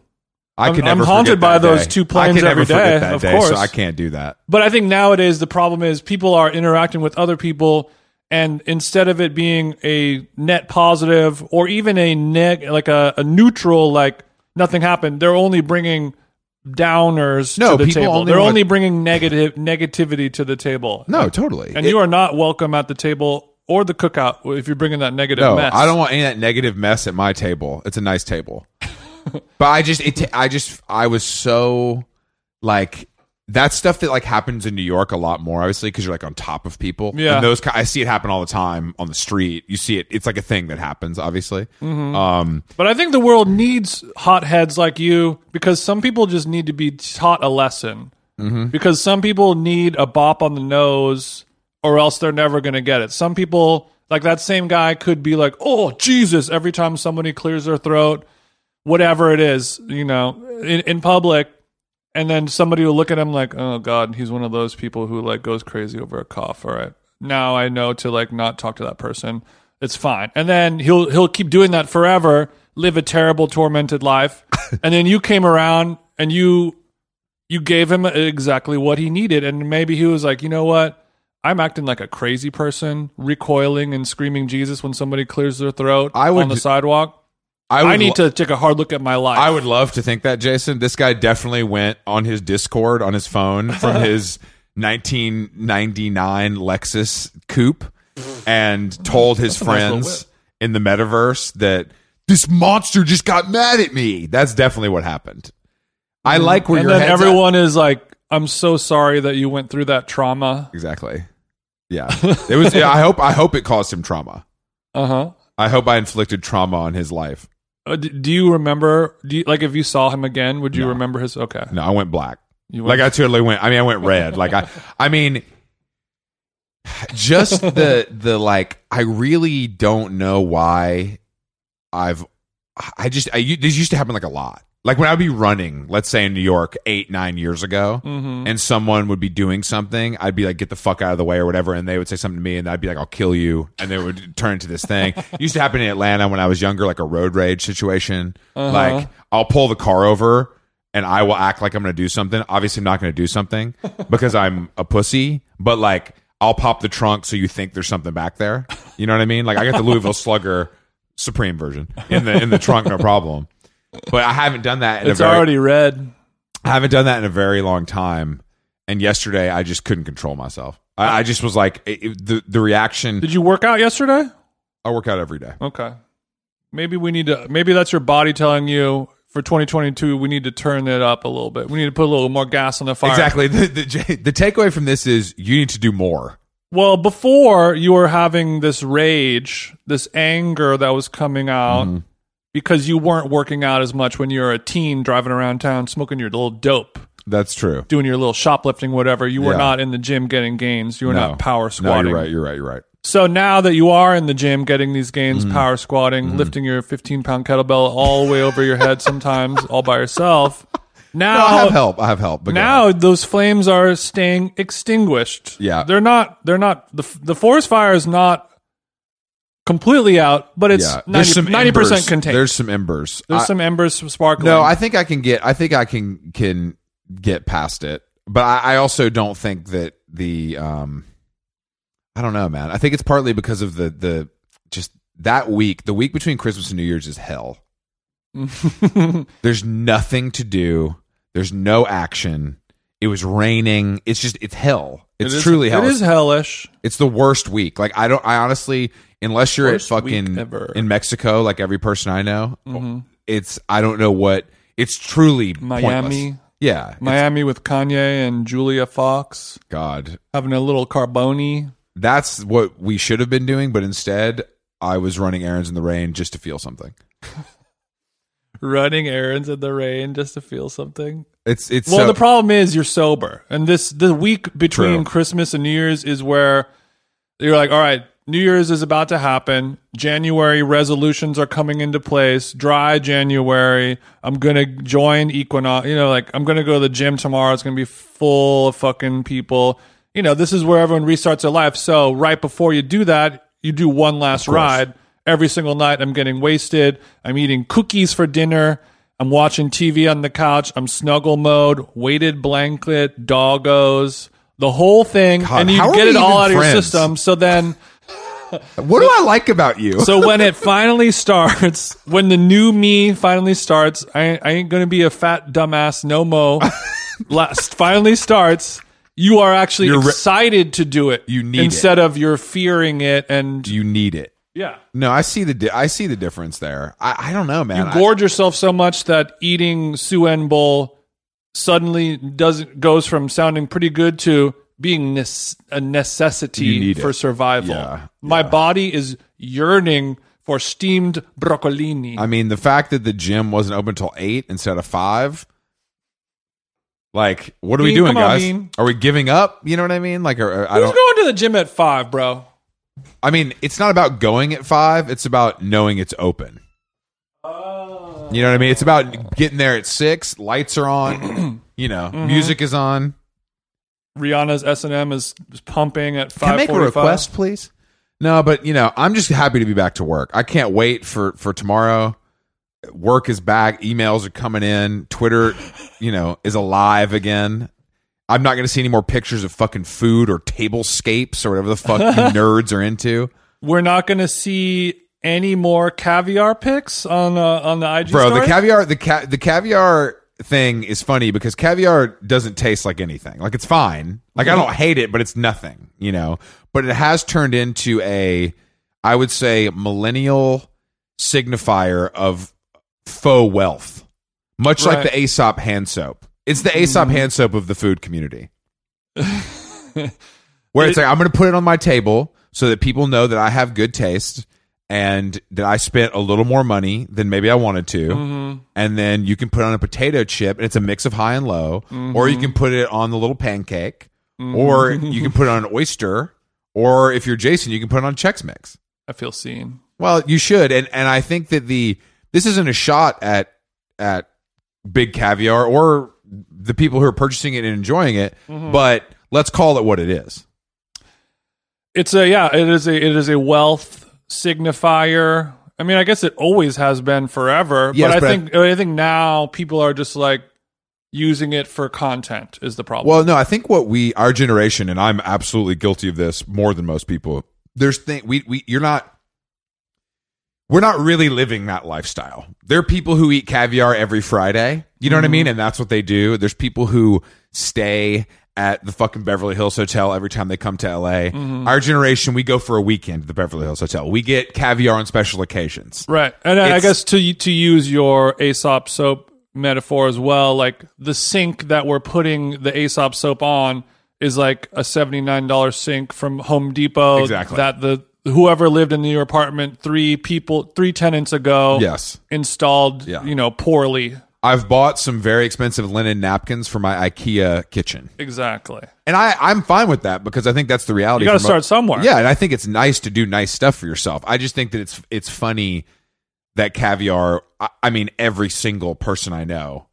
B: I can
A: I'm- I'm
B: never
A: haunted
B: forget
A: by
B: that
A: those
B: day.
A: two planes
B: I can
A: every
B: never forget
A: day,
B: that
A: of
B: day,
A: course.
B: so I can't do that.
A: but I think nowadays the problem is people are interacting with other people, and instead of it being a net positive or even a neg, like a, a neutral, like nothing happened, they're only bringing downers
B: No,
A: to the
B: people
A: table.
B: only
A: they're
B: want-
A: only bringing negative negativity to the table.
B: No, totally.
A: and
B: It-
A: you are not welcome at the table or the cookout if you're bringing that negative
B: no,
A: mess.
B: I don't want any of that negative mess at my table. It's a nice table. but I just it ta- I just I was so like that stuff that like happens in New York a lot more obviously because you're like on top of people.
A: Yeah.
B: and those ki- I see it happen all the time on the street. You see it; it's like a thing that happens. Obviously,
A: Mm.
B: um,
A: But I think the world needs hotheads like you because some people just need to be taught a lesson. Because some people need a bop on the nose or else they're never going to get it. Some people, like that same guy, could be like, oh, Jesus, every time somebody clears their throat, whatever it is, you know, in, in public. And then somebody will look at him like, oh, God, he's one of those people who like goes crazy over a cough. All right. Now I know to like not talk to that person. It's fine. And then he'll he'll keep doing that forever, live a terrible, tormented life. and then you came around and you you gave him exactly what he needed and maybe he was like you know what i'm acting like a crazy person recoiling and screaming jesus when somebody clears their throat
B: I would-
A: on the sidewalk
B: I, would
A: i need
B: lo-
A: to take a hard look at my life
B: I would love to think that Jason. This guy definitely went on his Discord on his phone from his 1999 Lexus coupe and told his
A: nice little
B: friends in the metaverse that this monster just got mad at me. That's definitely what happened. I like where
A: Mm-hmm. and
B: your
A: then
B: head's at.
A: everyone is like i'm so sorry that you went through that trauma
B: exactly. Yeah, it was. yeah, I hope. I hope it caused him trauma.
A: uh-huh
B: I hope I inflicted trauma on his life.
A: Uh, d- do you remember do you, like if you saw him again would you
B: No.
A: remember his okay
B: No, I went black.
A: you
B: like I totally went. I mean, I went red. Like I, I mean, just the the like. I really don't know why I've. I just I u- this used to happen like a lot. Like when I'd be running, let's say in New York, eight nine years ago,
A: mm-hmm.
B: and someone would be doing something, I'd be like, "Get the fuck out of the way" or whatever, and they would say something to me, and I'd be like, "I'll kill you," and they would turn into this thing. It used to happen in Atlanta when I was younger, like a road rage situation.
A: uh-huh.
B: Like I'll pull the car over, and I will act like I'm going to do something. Obviously, I'm not going to do something because I'm a pussy, but like I'll pop the trunk so you think there's something back there. You know what I mean? Like I got the Louisville Slugger Supreme version in the in the trunk, no problem. But I haven't done that. In
A: it's
B: a very,
A: already red
B: I haven't done that in a very long time. And yesterday, I just couldn't control myself. I, I just was like, it, it- the the reaction.
A: did you work out yesterday
B: I work out every day.
A: Okay. Maybe we need to. Maybe that's your body telling you for 2022 we need to turn it up a little bit. We need to put a little more gas on the fire.
B: Exactly. The, the the takeaway from this is you need to do more.
A: Well, before you were having this rage, this anger that was coming out
B: Mm-hmm.
A: because you weren't working out as much when you were a teen driving around town smoking your little dope,
B: That's true.
A: doing your little shoplifting, whatever. You were
B: Yeah.
A: not in the gym getting gains. You were
B: No.
A: not power
B: No,
A: squatting.
B: you're right. You're right. You're right.
A: So now that you are in the gym getting these gains,
B: Mm-hmm.
A: power squatting, lifting your 15 pound kettlebell all the way over your head sometimes, all by yourself,
B: No, I
A: now,
B: have help. I have help. But go ahead.
A: now those flames are staying extinguished.
B: Yeah.
A: They're not, they're not, the, f- the forest fire is not completely out, but it's
B: yeah,
A: 90,
B: embers.
A: percent contained.
B: There's
A: There's,
B: some embers. I-
A: some embers sparkling.
B: No, I think I can get. I think I can can get past it. But I, I also don't think that the. Um, I don't know, man. I think it's partly because of the the just that week. The week between Christmas and New Year's is hell. There's nothing to do. There's no action. It was raining. It's just it's hell. It's
A: It is-
B: truly hell.
A: It is hellish.
B: It's the worst week. Like I don't. I honestly, unless you're
A: Worst
B: at
A: week
B: fucking
A: ever. Mm-hmm.
B: in Mexico, like every person I know, it's I don't know what. It's truly
A: Miami.
B: pointless. Yeah,
A: Miami with Kanye and Julia Fox
B: God,
A: having a little carboni.
B: that's what we should have been doing, but instead, I was running errands in the rain just to feel something.
A: running errands in the rain just to feel something.
B: It's it's
A: Well,
B: so,
A: the problem is you're sober, and this the week between
B: True.
A: Christmas and New Year's is where you're like, all right, New Year's is about to happen. January resolutions are coming into place. Dry January. I'm gonna join Equinox. You know, like I'm gonna go to the gym tomorrow. It's gonna be full of fucking people. You know, this is where everyone restarts their life. So right before you do that, you do one last ride. Every single night, I'm getting wasted. I'm eating cookies for dinner. I'm watching TV on the couch. I'm snuggle mode, weighted blanket, doggos, the whole thing,
B: God,
A: and you
B: how are
A: get
B: we
A: it all
B: even
A: out of your
B: friends?
A: system. So then,
B: what do I like about you?
A: so when it finally starts, when the new me finally starts, I, I ain't gonna be a fat dumbass no mo. Last finally starts. You are actually
B: You're re-
A: excited to do it.
B: You need it.
A: instead of you're fearing it and
B: you need it.
A: Yeah.
B: No, I see the di- I see the difference there. I, I don't know, man.
A: you
B: I-
A: gorge yourself so much that eating Suen bowl suddenly doesn't goes from sounding pretty good to being nes- a
B: You
A: necessity
B: need
A: for
B: it.
A: survival.
B: Yeah,
A: My body is yearning for steamed broccolini.
B: I mean, the fact that the gym wasn't open till eight instead of five. Like, what are we
A: Bean,
B: doing,
A: come on,
B: guys?
A: Bean.
B: Are we giving up? You know what I mean? Like, or, or- I
A: Who's
B: don't.
A: going to the gym at five, bro?
B: I mean, it's not about going at five. It's about knowing it's open.
A: Oh.
B: You know what I mean? It's about getting there at six. Lights are on. you know,
A: Mm-hmm.
B: music is on.
A: Rihanna's S and M is is pumping at
B: Can I
A: five.
B: make a request, please? No, but you know, I'm just happy to be back to work. I can't wait for for tomorrow. Work is back. Emails are coming in. Twitter, you know, is alive again. I'm not going to see any more pictures of fucking food or tablescapes or whatever the fuck you nerds are into.
A: We're not going to see any more caviar pics on uh, on the IG.
B: Bro,
A: story?
B: the caviar, the ca- the caviar thing is funny because caviar doesn't taste like anything. Like it's fine. Like I don't hate it, but it's nothing, you know. But it has turned into a I would say millennial signifier of faux wealth. Much
A: Right.
B: like the Aesop hand soap. It's the Aesop hand soap of the food community. Where it's like I'm going to put it on my table so that people know that I have good taste and that I spent a little more money than maybe I wanted to
A: Mm-hmm.
B: and then you can put on a potato chip and it's a mix of high and low or you can put it on the little pancake
A: Mm-hmm.
B: or you can put it on an oyster or if you're jason you can put it on chex mix
A: I feel seen.
B: well you should and and i think that the this isn't a shot at at big caviar or the people who are purchasing it and enjoying it but let's call it what it is
A: It's a yeah. It is a it is a wealth signifier. I mean, I guess it always has been forever.
B: Yes,
A: but I
B: but I-
A: think I, think now people are just like using it for content is the problem.
B: Well, no, I think what we our generation and I'm absolutely guilty of this more than most people. There's thing we we you're not we're not really living that lifestyle. There are people who eat caviar every Friday. You know what I mean? And that's what they do. There's people who stay at the fucking Beverly Hills Hotel every time they come to LA. Our generation, we go for a weekend to the Beverly Hills Hotel. We get caviar on special occasions.
A: right, and I, I
B: It's-
A: guess to to use your Aesop soap metaphor as well, like the sink that we're putting the Aesop soap on is like a seventy nine dollar sink from Home Depot.
B: Exactly.
A: That the whoever lived in your apartment three people three tenants ago
B: Yes.
A: installed
B: Yeah.
A: you know poorly
B: I've bought some very expensive linen napkins for my IKEA kitchen.
A: exactly
B: And I, I'm fine with that because I think that's the reality.
A: You gotta
B: for
A: start somewhere.
B: Yeah, and I think it's nice to do nice stuff for yourself. I just think that it's it's funny that caviar. I, I mean, every single person I know,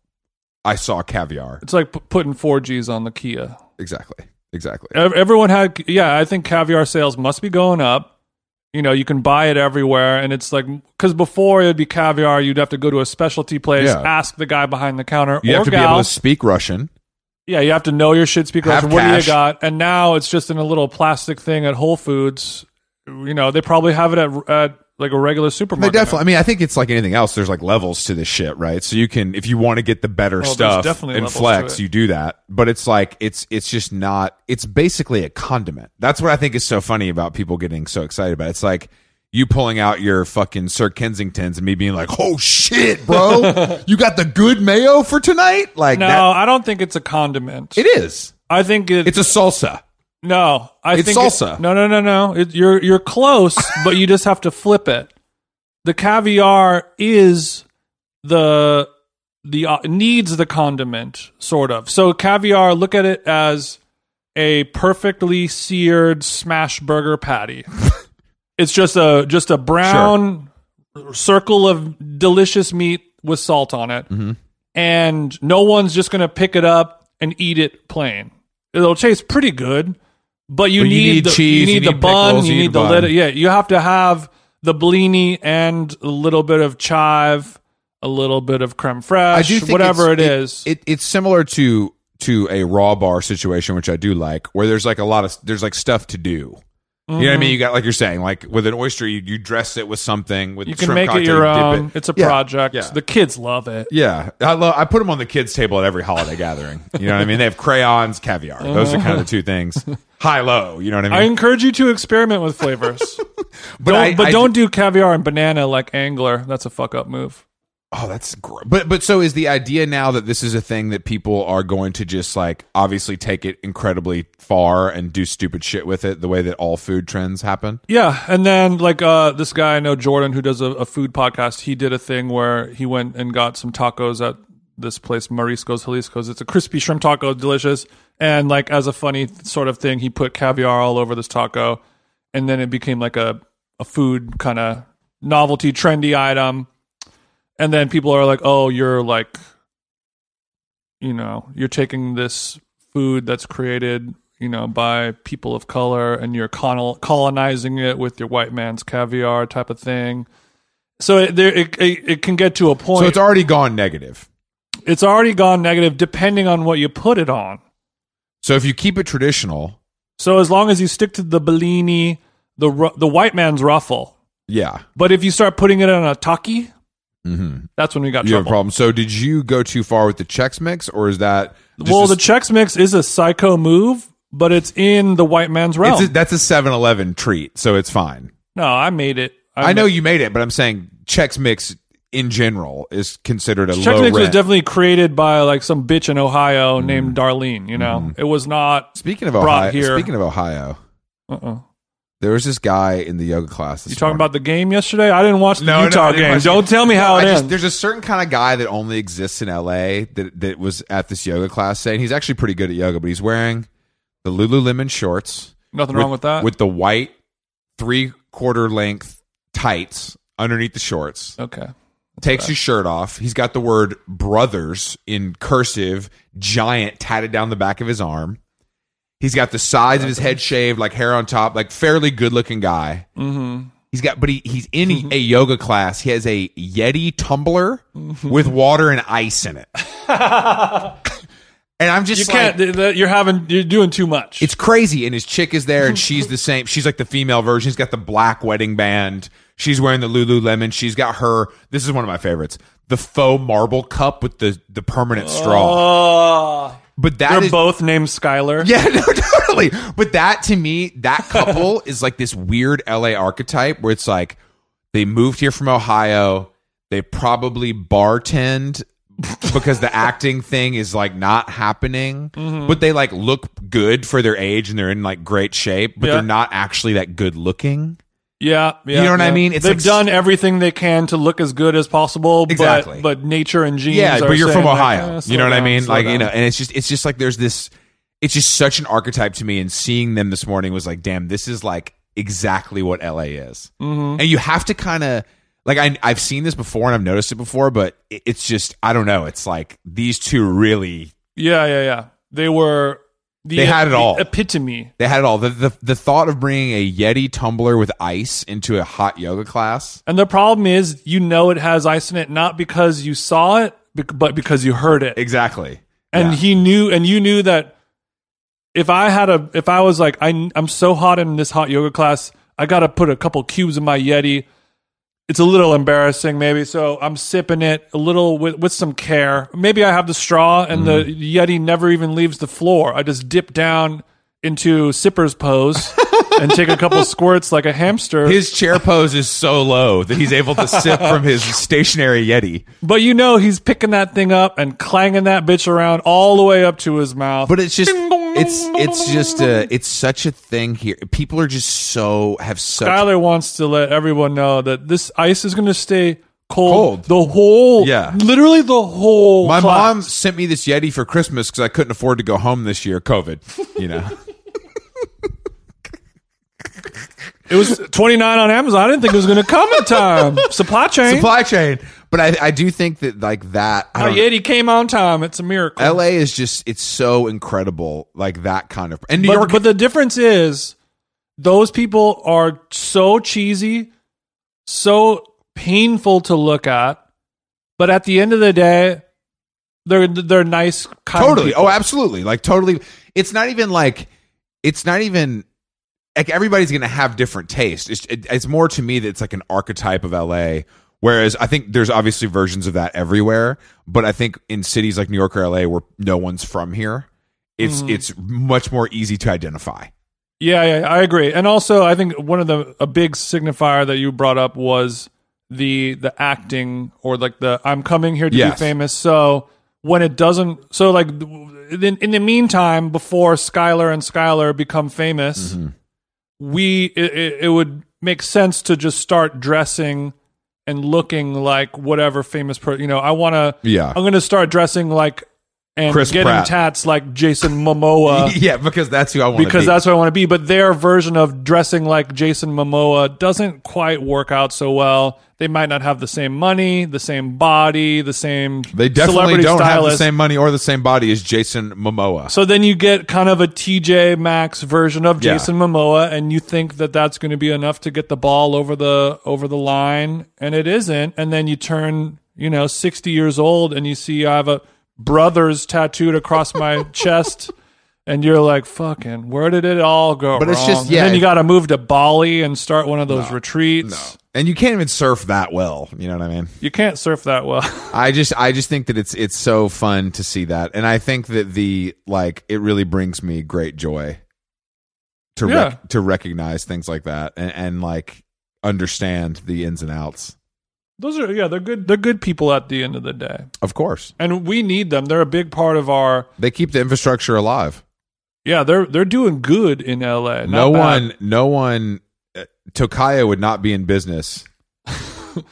B: I saw caviar.
A: It's like p- putting four Gs on the Kia.
B: Exactly, exactly.
A: Ev- Everyone had, yeah. I think caviar sales must be going up. You know, you can buy it everywhere, and it's like because before it'd be caviar, you'd have to go to a specialty place,
B: Yeah.
A: ask the guy behind the counter
B: You
A: or
B: have to be
A: gal.
B: able to speak Russian.
A: yeah, you have to know your shit speaker.
B: Have
A: What do you
B: cash.
A: got? And now it's just in a little plastic thing at Whole Foods. You know, they probably have it at, at like a regular
B: They
A: supermarket.
B: definitely. I mean, I think it's like anything else. There's like levels to this shit, right? So you can, if you want to get the better
A: there's
B: stuff
A: definitely
B: and
A: levels
B: flex,
A: to it.
B: you do that. But it's like it's it's just not. It's basically a condiment. That's what I think is so funny about people getting so excited about. It. It's like you pulling out your fucking Sir Kensingtons and me being like, "Oh shit, bro, you got the good mayo for tonight." Like
A: No,
B: that,
A: I don't think it's a condiment.
B: it is.
A: I think it,
B: It's a salsa.
A: No, I
B: It's
A: think it-
B: salsa.
A: no, no, no, no. It, you're you're close, but you just have to flip it. The caviar is the the uh, needs the condiment sort of. So caviar, look at it as a perfectly seared smash burger patty. it's just a just a brown circle of delicious meat with salt on
B: Mm-hmm.
A: it, and no one's just gonna pick it up and eat it plain. It'll taste pretty good, but you,
B: But
A: need, the, cheese, you need, the bun,
B: pickles,
A: you, need, the
B: bun.
A: lit- yeah. You have to have the blini and a little bit of chive, a little bit of creme fraiche, whatever it
B: it's-
A: is.
B: It, it's similar to to a raw bar situation, which I do like, where there's like a lot of there's like stuff to do. You know
A: Mm-hmm.
B: what I mean? You got like you're saying, like with an oyster, you, you dress it with something. With
A: You can
B: shrimp
A: make it
B: cocktail,
A: your
B: you dip
A: own.
B: it.
A: It's a
B: Yeah.
A: project.
B: Yeah.
A: The kids love it.
B: Yeah, I love. I put them on the kids' table at every holiday gathering. You know what I mean? They have crayons, caviar. Those are kind of the two things. High low. You know what I
A: I
B: mean?
A: encourage you to experiment with flavors.
B: but
A: don't,
B: I-
A: but
B: I-
A: don't do caviar and banana like angler. That's a fuck up move.
B: Oh, that's gr But but so is the idea now that this is a thing that people are going to just like obviously take it incredibly far and do stupid shit with it the way that all food trends happen.
A: Yeah, and then like uh, this guy I know, Jordan, who does a, a food podcast. He did a thing where he went and got some tacos at this place, Mariscos Jalisco's. It's a crispy shrimp taco, delicious. And like as a funny sort of thing, he put caviar all over this taco, and then it became like a a food kind of novelty, trendy item. And then people are like, "Oh, you're like you know, you're taking this food that's created, you know, by people of color and you're col- colonizing it with your white man's caviar type of thing. So it, there, it, it, it can get to a point.
B: So it's already gone negative.
A: it's already gone negative depending on what you put it on.
B: So if you keep it traditional,
A: So as long as you stick to the Bellini, the, ru- the white man's ruffle.
B: yeah,
A: But if you start putting it on a taki,
B: Mhm.
A: that's when we got
B: you have a
A: trouble.
B: problem. So did you go too far with the Chex Mix, or is that just
A: well,
B: a-
A: the Chex Mix is a psycho move, but it's in the white man's realm.
B: it's a- that's a 7-Eleven treat, so it's fine.
A: no, I made it.
B: I know you made it, but I'm saying Chex Mix in general is considered a
A: Chex
B: low
A: Mix was
B: rent.
A: definitely created by like some bitch in Ohio
B: Mm-hmm.
A: named Darlene. You know, it was not.
B: speaking of
A: brought
B: Ohio,
A: here.
B: speaking of Ohio,
A: Uh-uh.
B: there was this guy in the yoga class. This
A: You talking
B: morning.
A: about the game yesterday? I didn't watch the
B: No, no, I
A: Utah
B: didn't
A: game.
B: watch-
A: Don't tell me how it
B: I just-
A: ends.
B: there's a certain kind of guy that only exists in LA that that was at this yoga class saying he's actually pretty good at yoga, but he's wearing the Lululemon shorts.
A: Nothing wrong with that.
B: With the white three quarter length tights underneath the shorts.
A: okay,
B: Takes his shirt off. He's got the word brothers in cursive, giant tatted down the back of his arm. He's got the sides of his head shaved, like hair on top, like fairly good looking guy.
A: mm-hmm.
B: He's got, but he, he's in a yoga class. He has a Yeti tumbler
A: Mm-hmm.
B: with water and ice in it. and I'm just
A: you
B: like,
A: can't. th- th- you're having. You're doing too much.
B: it's crazy. And his chick is there and she's the same. She's like the female version. She's got the black wedding band. She's wearing the Lululemon. She's got her, this is one of my favorites, the faux marble cup with the, the permanent straw.
A: Oh,
B: But that
A: they're
B: is-
A: both named Skylar.
B: yeah, no, totally. But that to me, that couple is like this weird LA archetype where it's like they moved here from Ohio. They probably bartend because the acting thing is like not happening. But they like look good for their age and they're in like great shape, but
A: Yeah.
B: they're not actually that good looking.
A: yeah, yeah,
B: You know what I
A: yeah.
B: mean? It's
A: They've
B: like-
A: done everything they can to look as good as possible. but-
B: Exactly.
A: But, nature and genes.
B: Yeah,
A: are
B: but you're
A: saying,
B: from
A: like,
B: Ohio.
A: eh, slow
B: you know what I
A: down,
B: mean?
A: slow
B: Like, you
A: down.
B: know, and it's just it's just like there's this it's just such an archetype to me and seeing them this morning was like, damn, this is like exactly what LA is. Mm-hmm. And you have to kind of like I I've seen this before and I've noticed it before, but it- it's just I don't know, it's like these two really
A: Yeah, yeah, yeah. They were. The,
B: They had it
A: the
B: all.
A: Epitome.
B: they had it all. The, the the thought of bringing a Yeti tumbler with ice into a hot yoga class.
A: And the problem is, you know, it has ice in it, not because you saw it, bec- but because you heard it.
B: Exactly.
A: And
B: Yeah.
A: he knew, and you knew that if I had a, if I was like, I, I'm so hot in this hot yoga class, I got to put a couple cubes in my Yeti. It's a little embarrassing, maybe. So I'm sipping it a little with, with some care. Maybe I have the straw and the Yeti never even leaves the floor. I just dip down into sipper's pose and take a couple squirts like a hamster.
B: his chair pose is so low that he's able to sip from his stationary Yeti.
A: But you know he's picking that thing up and clanging that bitch around all the way up to his mouth.
B: But it's just
A: dong, dong,
B: it's
A: dong,
B: it's
A: dong,
B: just
A: dong,
B: a it's such a thing here. People are just so have such
A: Tyler wants to let everyone know that this ice is going to stay cold,
B: Cold.
A: the whole
B: Yeah.
A: literally the whole
B: My
A: class.
B: mom sent me this Yeti for Christmas cuz I couldn't afford to go home this year COVID, you know.
A: It was 29 on Amazon. I didn't think it was going to come in time. Supply chain. Oh,
B: Supply chain. But I I do think that like that I
A: My
B: don't,
A: Yeti came on time. It's a miracle.
B: LA is just it's so incredible like that kind of And New
A: but,
B: York
A: but the difference is those people are so cheesy, so painful to look at. But at the end of the day, they're they're nice, kind
B: totally.
A: people.
B: Oh, absolutely. Like totally. It's not even like it's not even like everybody's going to have different taste. It's, it, it's more to me that it's like an archetype of LA. Whereas I think there's obviously versions of that everywhere, but I think in cities like New York or LA where no one's from here, it's
A: Mm.
B: it's much more easy to identify.
A: Yeah, yeah, I agree. And also, I think one of the a big signifier that you brought up was the the acting or like the I'm coming here to
B: Yes.
A: be famous. So when it doesn't, so like in, in the meantime, before Skylar and Skylar become famous,
B: Mm-hmm.
A: we it, it- it would make sense to just start dressing and looking like whatever famous person. You know, I want to.
B: Yeah.
A: I'm going to start dressing like and
B: Chris
A: getting
B: Pratt.
A: tats like Jason Momoa
B: yeah, because that's who I want.
A: Uh, because that's what I want to be. But their version of dressing like Jason Momoa doesn't quite work out so well. They might not have the same money, the same body, the same
B: they definitely
A: celebrity
B: don't have
A: stylist.
B: the same money or the same body as Jason Momoa.
A: So then you get kind of a TJ Maxx version of
B: Yeah.
A: Jason Momoa, and you think that that's going to be enough to get the ball over the over the line, and it isn't. And then you turn, you know, sixty years old, and you see I have a brothers tattooed across my chest. And you're like, fucking, where did it all go
B: But it's
A: wrong?
B: just- yeah,
A: And then you
B: it-
A: got to move to Bali and start one of those retreats.
B: and you can't even surf that well. You know what I mean?
A: You can't surf that well.
B: I just I just think that it's it's so fun to see that, and I think that the like it really brings me great joy to
A: Yeah.
B: rec- to recognize things like that and, and like understand the ins and outs.
A: those are, yeah, they're good. They're good people at the end of the day,
B: Of course,
A: and we need them. They're a big part of our
B: they keep the infrastructure alive.
A: Yeah, they're they're doing good in L.A. Not
B: no
A: bad.
B: one, no one. Uh, Tokaya would not be in business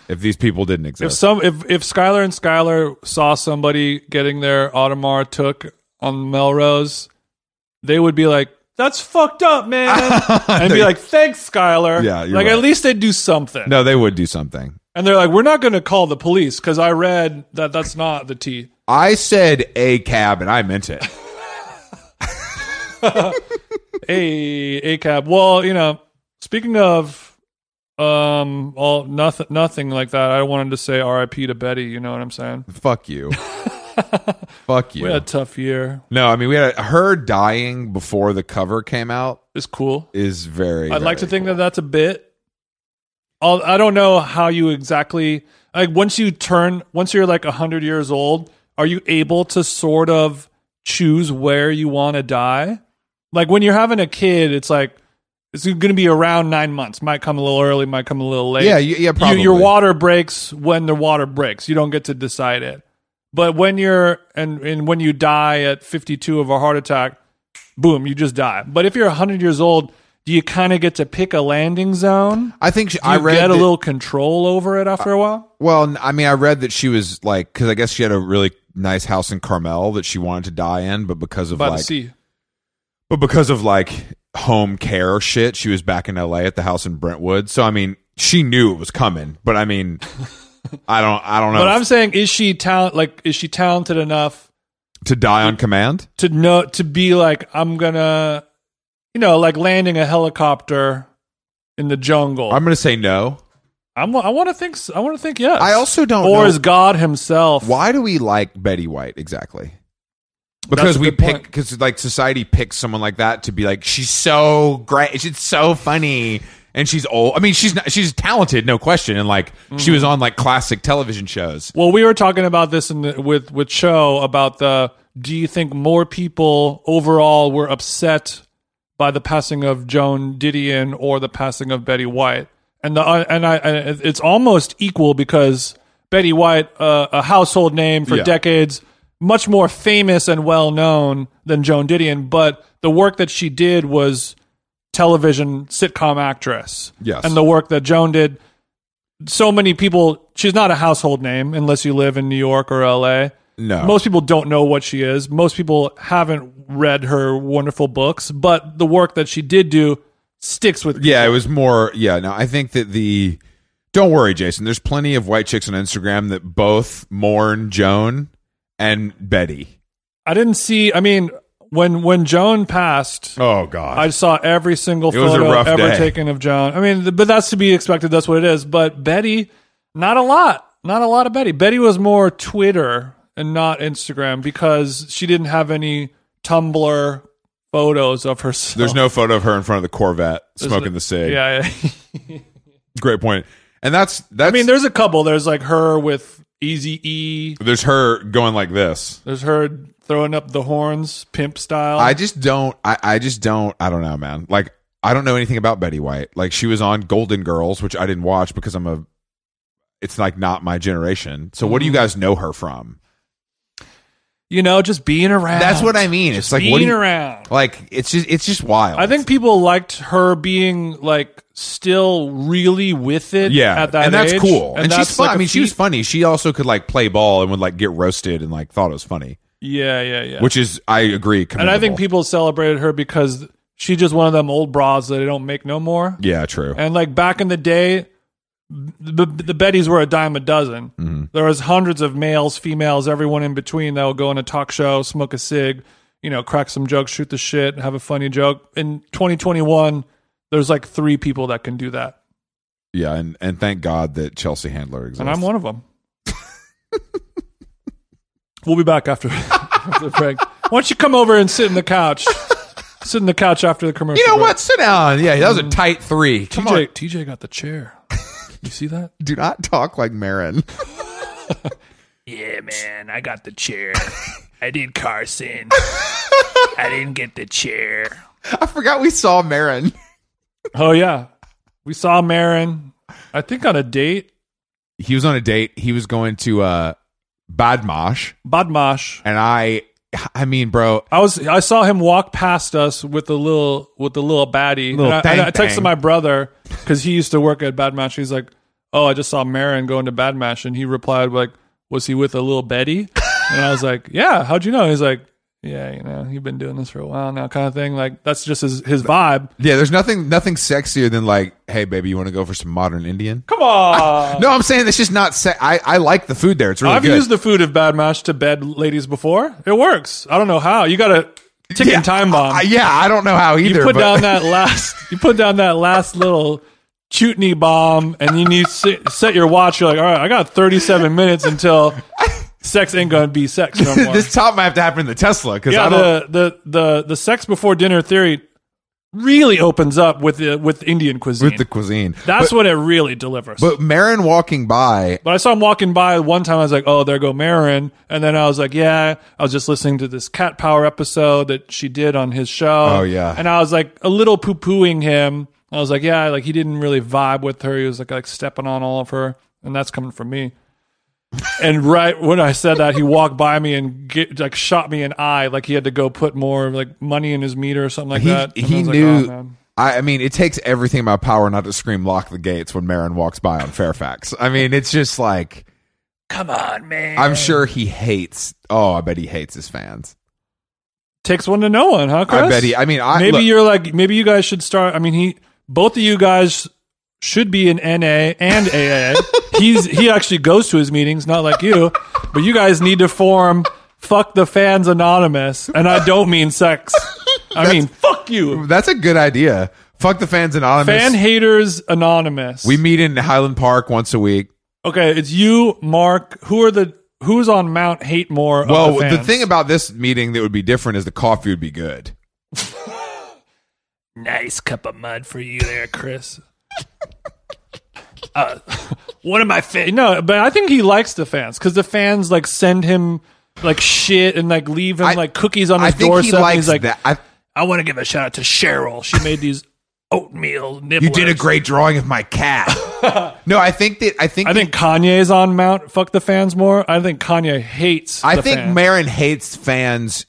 B: if these people didn't
A: If
B: exist.
A: some if if Skylar and Skylar saw somebody getting their Audemars took on Melrose, they would be like, "That's fucked up, man," and be like, "Thanks, Skylar."
B: Yeah, you're
A: like
B: right.
A: at least they do something.
B: no, they would do something.
A: And they're like, "We're not going to call the police because I read that that's not the T."
B: I said a cab, and I meant it.
A: A A cab. Well, you know, speaking of um all nothing nothing like that i wanted to say rip to betty you know what i'm saying
B: Fuck you. Fuck you.
A: we had a tough year
B: No, I mean we had a, her dying before the cover came out
A: it's cool
B: is very.
A: I'd like to
B: very
A: think
B: cool.
A: that that's a bit. I'll, I don't know how you exactly like once you turn once you're like hundred years old, are you able to sort of choose where you want to die? Like when you're having a kid, it's like it's going to be around nine months. Might come a little early, might come a little late.
B: Yeah, y- yeah, probably.
A: You, your water breaks when the water breaks. You don't get to decide it. But when you're and and when you die at 52 of a heart attack, boom, you just die. But if you're 100 years old, do you kind of get to pick a landing zone?
B: I think she,
A: Do you
B: I read
A: get a
B: that-
A: little control over it after a while.
B: Well, n- I mean, I read that she was like because I guess she had a really nice house in Carmel that she wanted to die in, but because of
A: By
B: like,
A: the sea,
B: but because of like home care shit, she was back in L.A. at the house in Brentwood. So I mean, she knew it was coming, but I mean, I don't, I don't know
A: but
B: if-
A: I'm saying, is she talent? Like, is she talented enough
B: to die on command.
A: to know to be like, I'm gonna, you know, like landing a helicopter in the jungle?
B: I'm gonna say no.
A: I'm, I want to think. s- I want to think. Yes.
B: I also don't
A: Or
B: know-
A: is God Himself?
B: Why do we like Betty White exactly? Because
A: a
B: we
A: good
B: pick,
A: point.
B: because like society picks someone like that to be like, she's so great, she's so funny, and she's old. I mean, she's not, she's talented, no question, and like she
A: Mm-hmm.
B: was on like classic television shows.
A: Well, we were talking about this in the, with with Cho about the. Do you think more people overall were upset by the passing of Joan Didion or the passing of Betty White? And the uh, and I and it's almost equal because Betty White, uh, a household name for
B: Yeah.
A: decades, much more famous and well known than Joan Didion, but the work that she did was television sitcom actress.
B: Yes.
A: And the work that Joan did so many people she's not a household name unless you live in New York or LA.
B: No,
A: Most people don't know what she is. Most people haven't read her wonderful books, but the work that she did do sticks with
B: yeah, it was more. Yeah, no, I think that the don't worry, Jason. There's plenty of white chicks on Instagram that both mourn Joan and Betty.
A: I didn't see I mean when when Joan passed
B: Oh God,
A: I saw every single
B: was a
A: photo
B: rough
A: ever
B: day.
A: taken of Joan. I mean, th- but that's to be expected. That's what it is. But Betty, not a lot. Not a lot of Betty. Betty was more Twitter and not Instagram because she didn't have any Tumblr photos of herself.
B: There's no photo of her in front of the Corvette smoking the cig.
A: Oh. Yeah, yeah.
B: Great point. And that's that's
A: I mean, there's a couple. There's like her with Easy E.
B: there's her going like this.
A: There's her throwing up the horns, pimp style.
B: I just don't. I, I just don't. I don't know, man. Like I don't know anything about Betty White. Like she was on Golden Girls, which I didn't watch because I'm a. It's like not my generation. So what do you
A: Mm.
B: guys know her from?
A: you know, just being around.
B: That's what I mean. It's like what do
A: being
B: you-
A: around.
B: like it's just it's just wild.
A: I think people liked her being like still really with it.
B: yeah,
A: at that
B: and that's
A: age.
B: cool. And, she's
A: that's,
B: fun.
A: like,
B: I
A: a
B: mean, she was
A: feat.
B: funny. She also could like play ball and would like get roasted and like thought it was funny,
A: Yeah, yeah, yeah.
B: which is I agree.
A: and I think
B: commendable.
A: people celebrated her because she's just one of them old bras that they don't make no more.
B: Yeah, true.
A: And like back in the day, the, the Bettys were a dime a dozen.
B: Mm-hmm.
A: There was hundreds of males, females, everyone in between that would go on a talk show, smoke a cig, you know, crack some jokes, shoot the shit, have a funny joke. In 2021, there's like three people that can do that,
B: Yeah, and and thank God that Chelsea Handler exists.
A: and I'm one of them. we'll be back after, after the break. Why don't you come over and sit in the couch? sit in the couch after the commercial.
B: You know
A: break.
B: what? Sit down. Yeah, that was a tight three. Come
A: TJ,
B: on,
A: TJ got the chair. You see that?
B: do not talk like Marin.
C: Yeah, man, I got the chair. I did Carson. I didn't get the chair.
B: I forgot we saw Marin.
A: Oh yeah, we saw Marin. I think on a date,
B: He was on a date. He was going to uh Badmash,
A: Badmash.
B: and I, I mean, bro,
A: I was I saw him walk past us with the little with the little baddie.
B: Little
A: and I, and I
B: tang
A: texted
B: tang.
A: my brother because he used to work at Badmash. He's like, "Oh, I just saw Marin going to Badmash," and he replied like, "Was he with a little Betty?" And I was like, "Yeah, how'd you know?" He's like, "Yeah, you know, you've been doing this for a while now, kind of thing. Like that's just his his vibe."
B: yeah. There's nothing, nothing sexier than like, hey, baby, you want to go for some modern Indian?
A: Come on.
B: No, I'm saying that's just not. Se- I I like the food there. It's really
A: I've
B: good.
A: used the food of Bad Match to bed ladies before. It works. I don't know how. You got a ticking
B: Yeah,
A: time bomb.
B: I- yeah, I don't know how either.
A: you put
B: but-
A: down that last. You put down that last little chutney bomb, and you need to set your watch. You're like, all right, I got 37 minutes until sex ain't gonna be sex no more.
B: this top might have to happen in the Tesla because
A: yeah,
B: I don't.
A: the, the the the sex before dinner theory really opens up with the with Indian cuisine.
B: with the cuisine,
A: That's what it really delivers.
B: but Marin walking by,
A: But I saw him walking by one time. I was like, "Oh, there go Marin," and then I was like, "Yeah." I was just listening to this Cat Power episode that she did on his show.
B: Oh, yeah.
A: and I was like a little poo pooing him. I was like, "Yeah," like he didn't really vibe with her. He was like like stepping on all of her, and that's coming from me. and right when I said that, he walked by me and get, like shot me an eye, like he had to go put more like money in his meter or something like
B: he
A: that. And I
B: he
A: was like,
B: knew.
A: "Oh, man."
B: I, I mean, it takes everything in my power not to scream "lock the gates" when Marin walks by on Fairfax. I mean, it's just like
C: Come
A: "Oh,
C: on, man.
B: I'm sure he hates. Oh, I bet he hates his fans.
A: Takes one to know one, huh? Chris?
B: I bet he. I mean, I
A: maybe
B: look,
A: you're like maybe you guys should start i mean he both of you guys should be in na and aa he's he actually goes to his meetings not like you but you guys need to form fuck the fans anonymous and i don't mean sex i mean fuck you
B: That's a good idea. Fuck the fans anonymous.
A: fan haters anonymous
B: we meet in Highland Park once a week.
A: okay it's you mark who are the who's on mount hate more of the,
B: Well, the,
A: fans?
B: thing about this meeting that would be different is the coffee would be good.
C: Nice cup of mud for you there, Chris. Uh,
A: one of my fa- no but i think he likes the fans because the fans like send him like shit and like leave him
B: I-
A: like cookies on
B: I
A: his
B: think
A: doorstep
B: he
A: and
B: likes
A: he's like
B: that. I,
C: I want to give a shout out to Cheryl. She made these oatmeal nibblers.
B: you did a great drawing of my cat. no, I think that I think
A: i think kanye's on mount fuck the fans more i think kanye hates
B: I
A: the
B: think
A: fans.
B: Marin hates fans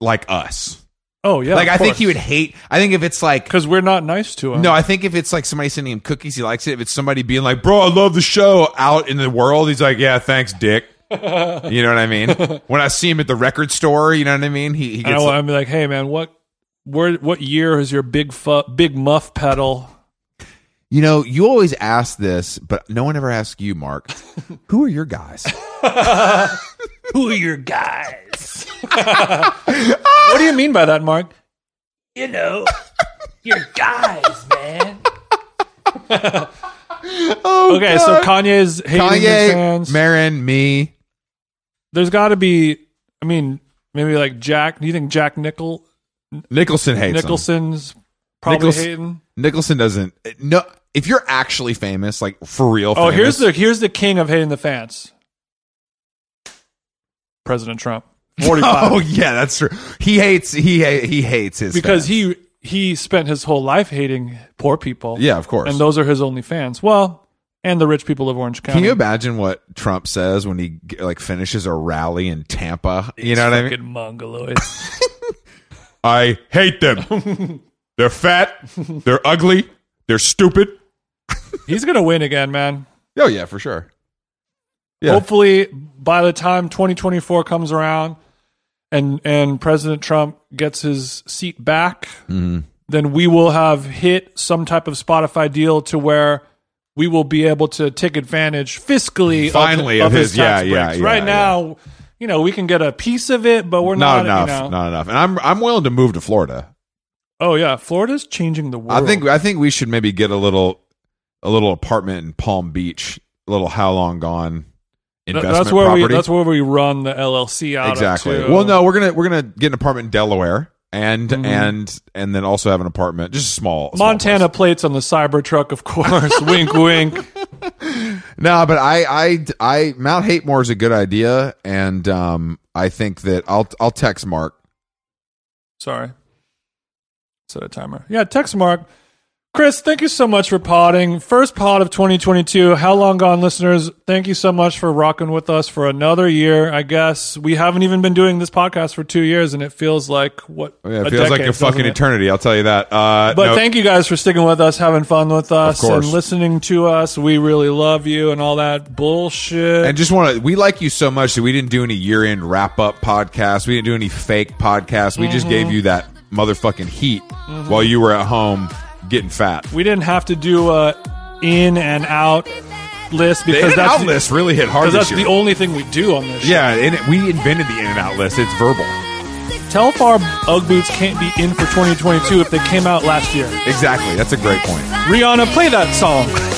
B: like us.
A: oh yeah
B: Like I think he would hate. I think if it's like
A: because we're not nice to him
B: no, I think if it's like somebody sending him cookies, he likes it. If it's somebody being like, "Bro, I love the show," out in the world, he's like, "Yeah, thanks, Dick." you know what I mean? When I see him at the record store, you know what I mean. He, he
A: and I,
B: gets.
A: am like hey man what where what year is your big fu- big muff pedal
B: you know, you always ask this, but no one ever asks you, Mark. Who are your guys?
C: Who are your guys?
A: what do you mean by that mark
C: You know, your guys, man.
B: Oh,
A: okay so kanye's hating the
B: Kanye,
A: fans
B: Marin, me.
A: there's got to be i mean maybe like jack do you think jack nickel
B: Nicholson hates him.
A: Nicholson's probably
B: Nichols-
A: hating.
B: Nicholson doesn't. No, if you're actually famous, like for real.
A: Oh,
B: famous,
A: here's the here's the king of hating the fans. President Trump, forty five,
B: Oh yeah, that's true. He hates. He ha- he hates his
A: because
B: fans.
A: he he spent his whole life hating poor people.
B: Yeah, of course.
A: and those are his only fans. Well, and the rich people of Orange County.
B: Can you imagine what Trump says when he like finishes a rally in Tampa? You know what I mean?
C: Fucking mongoloid.
B: I hate them. they're fat. They're ugly. They're stupid.
A: He's gonna win again, man.
B: Oh yeah, for sure. Yeah.
A: Hopefully, by the time 2024 comes around, and and President Trump gets his seat back,
B: Mm-hmm.
A: then we will have hit some type of Spotify deal to where we will be able to take advantage fiscally. of-
B: Finally,
A: of,
B: of
A: his,
B: his- yeah,
A: tax
B: yeah,
A: breaks.
B: yeah,
A: right
B: yeah.
A: now, you know, we can get a piece of it, but we're
B: Not
A: not,
B: enough.
A: You know,
B: Not enough. And I'm I'm willing to move to Florida.
A: oh yeah, Florida's changing the world.
B: I think I think we should maybe get a little a little apartment in Palm Beach, a little how long gone
A: Th-
B: investment
A: that's where
B: property.
A: we that's where we run the LLC out. of,
B: exactly.
A: too.
B: Well, no, we're gonna we're gonna get an apartment in Delaware and
A: Mm-hmm.
B: and and then also have an apartment, just a small small
A: Montana plates on the Cybertruck, of course. wink, wink.
B: place. No, but I I I Mount Hatemore is a good idea, and um I think that I'll I'll text Mark.
A: Sorry. Set a timer. Yeah, text Mark. Chris, thank you so much for potting. First pod of 2022. How long gone, listeners? Thank you so much for rocking with us for another year. I guess we haven't even been doing this podcast for two years, and it feels like what?
B: Oh, Yeah, it
A: a
B: feels like
A: decade,
B: a fucking
A: doesn't it?
B: eternity. I'll tell you that. Uh,
A: But
B: no,
A: thank you guys for sticking with us, having fun with us, and
B: course.
A: listening to us. We really love you and all that bullshit.
B: And just want to, we like you so much that we didn't do any year end wrap up podcast. We didn't do any fake podcasts. We just gave you that motherfucking heat while you were at home getting fat.
A: we didn't have to do a in and out list
B: The
A: because
B: in and
A: that's
B: out
A: the-
B: list really hit hard
A: because
B: this
A: that's
B: year.
A: the only thing we do on this. show.
B: yeah, and it, we invented the in and out list. It's verbal.
A: Tell if our Ugg boots can't be in for 2022 if they came out last year.
B: Exactly. That's a great point.
A: Rihanna, play that song.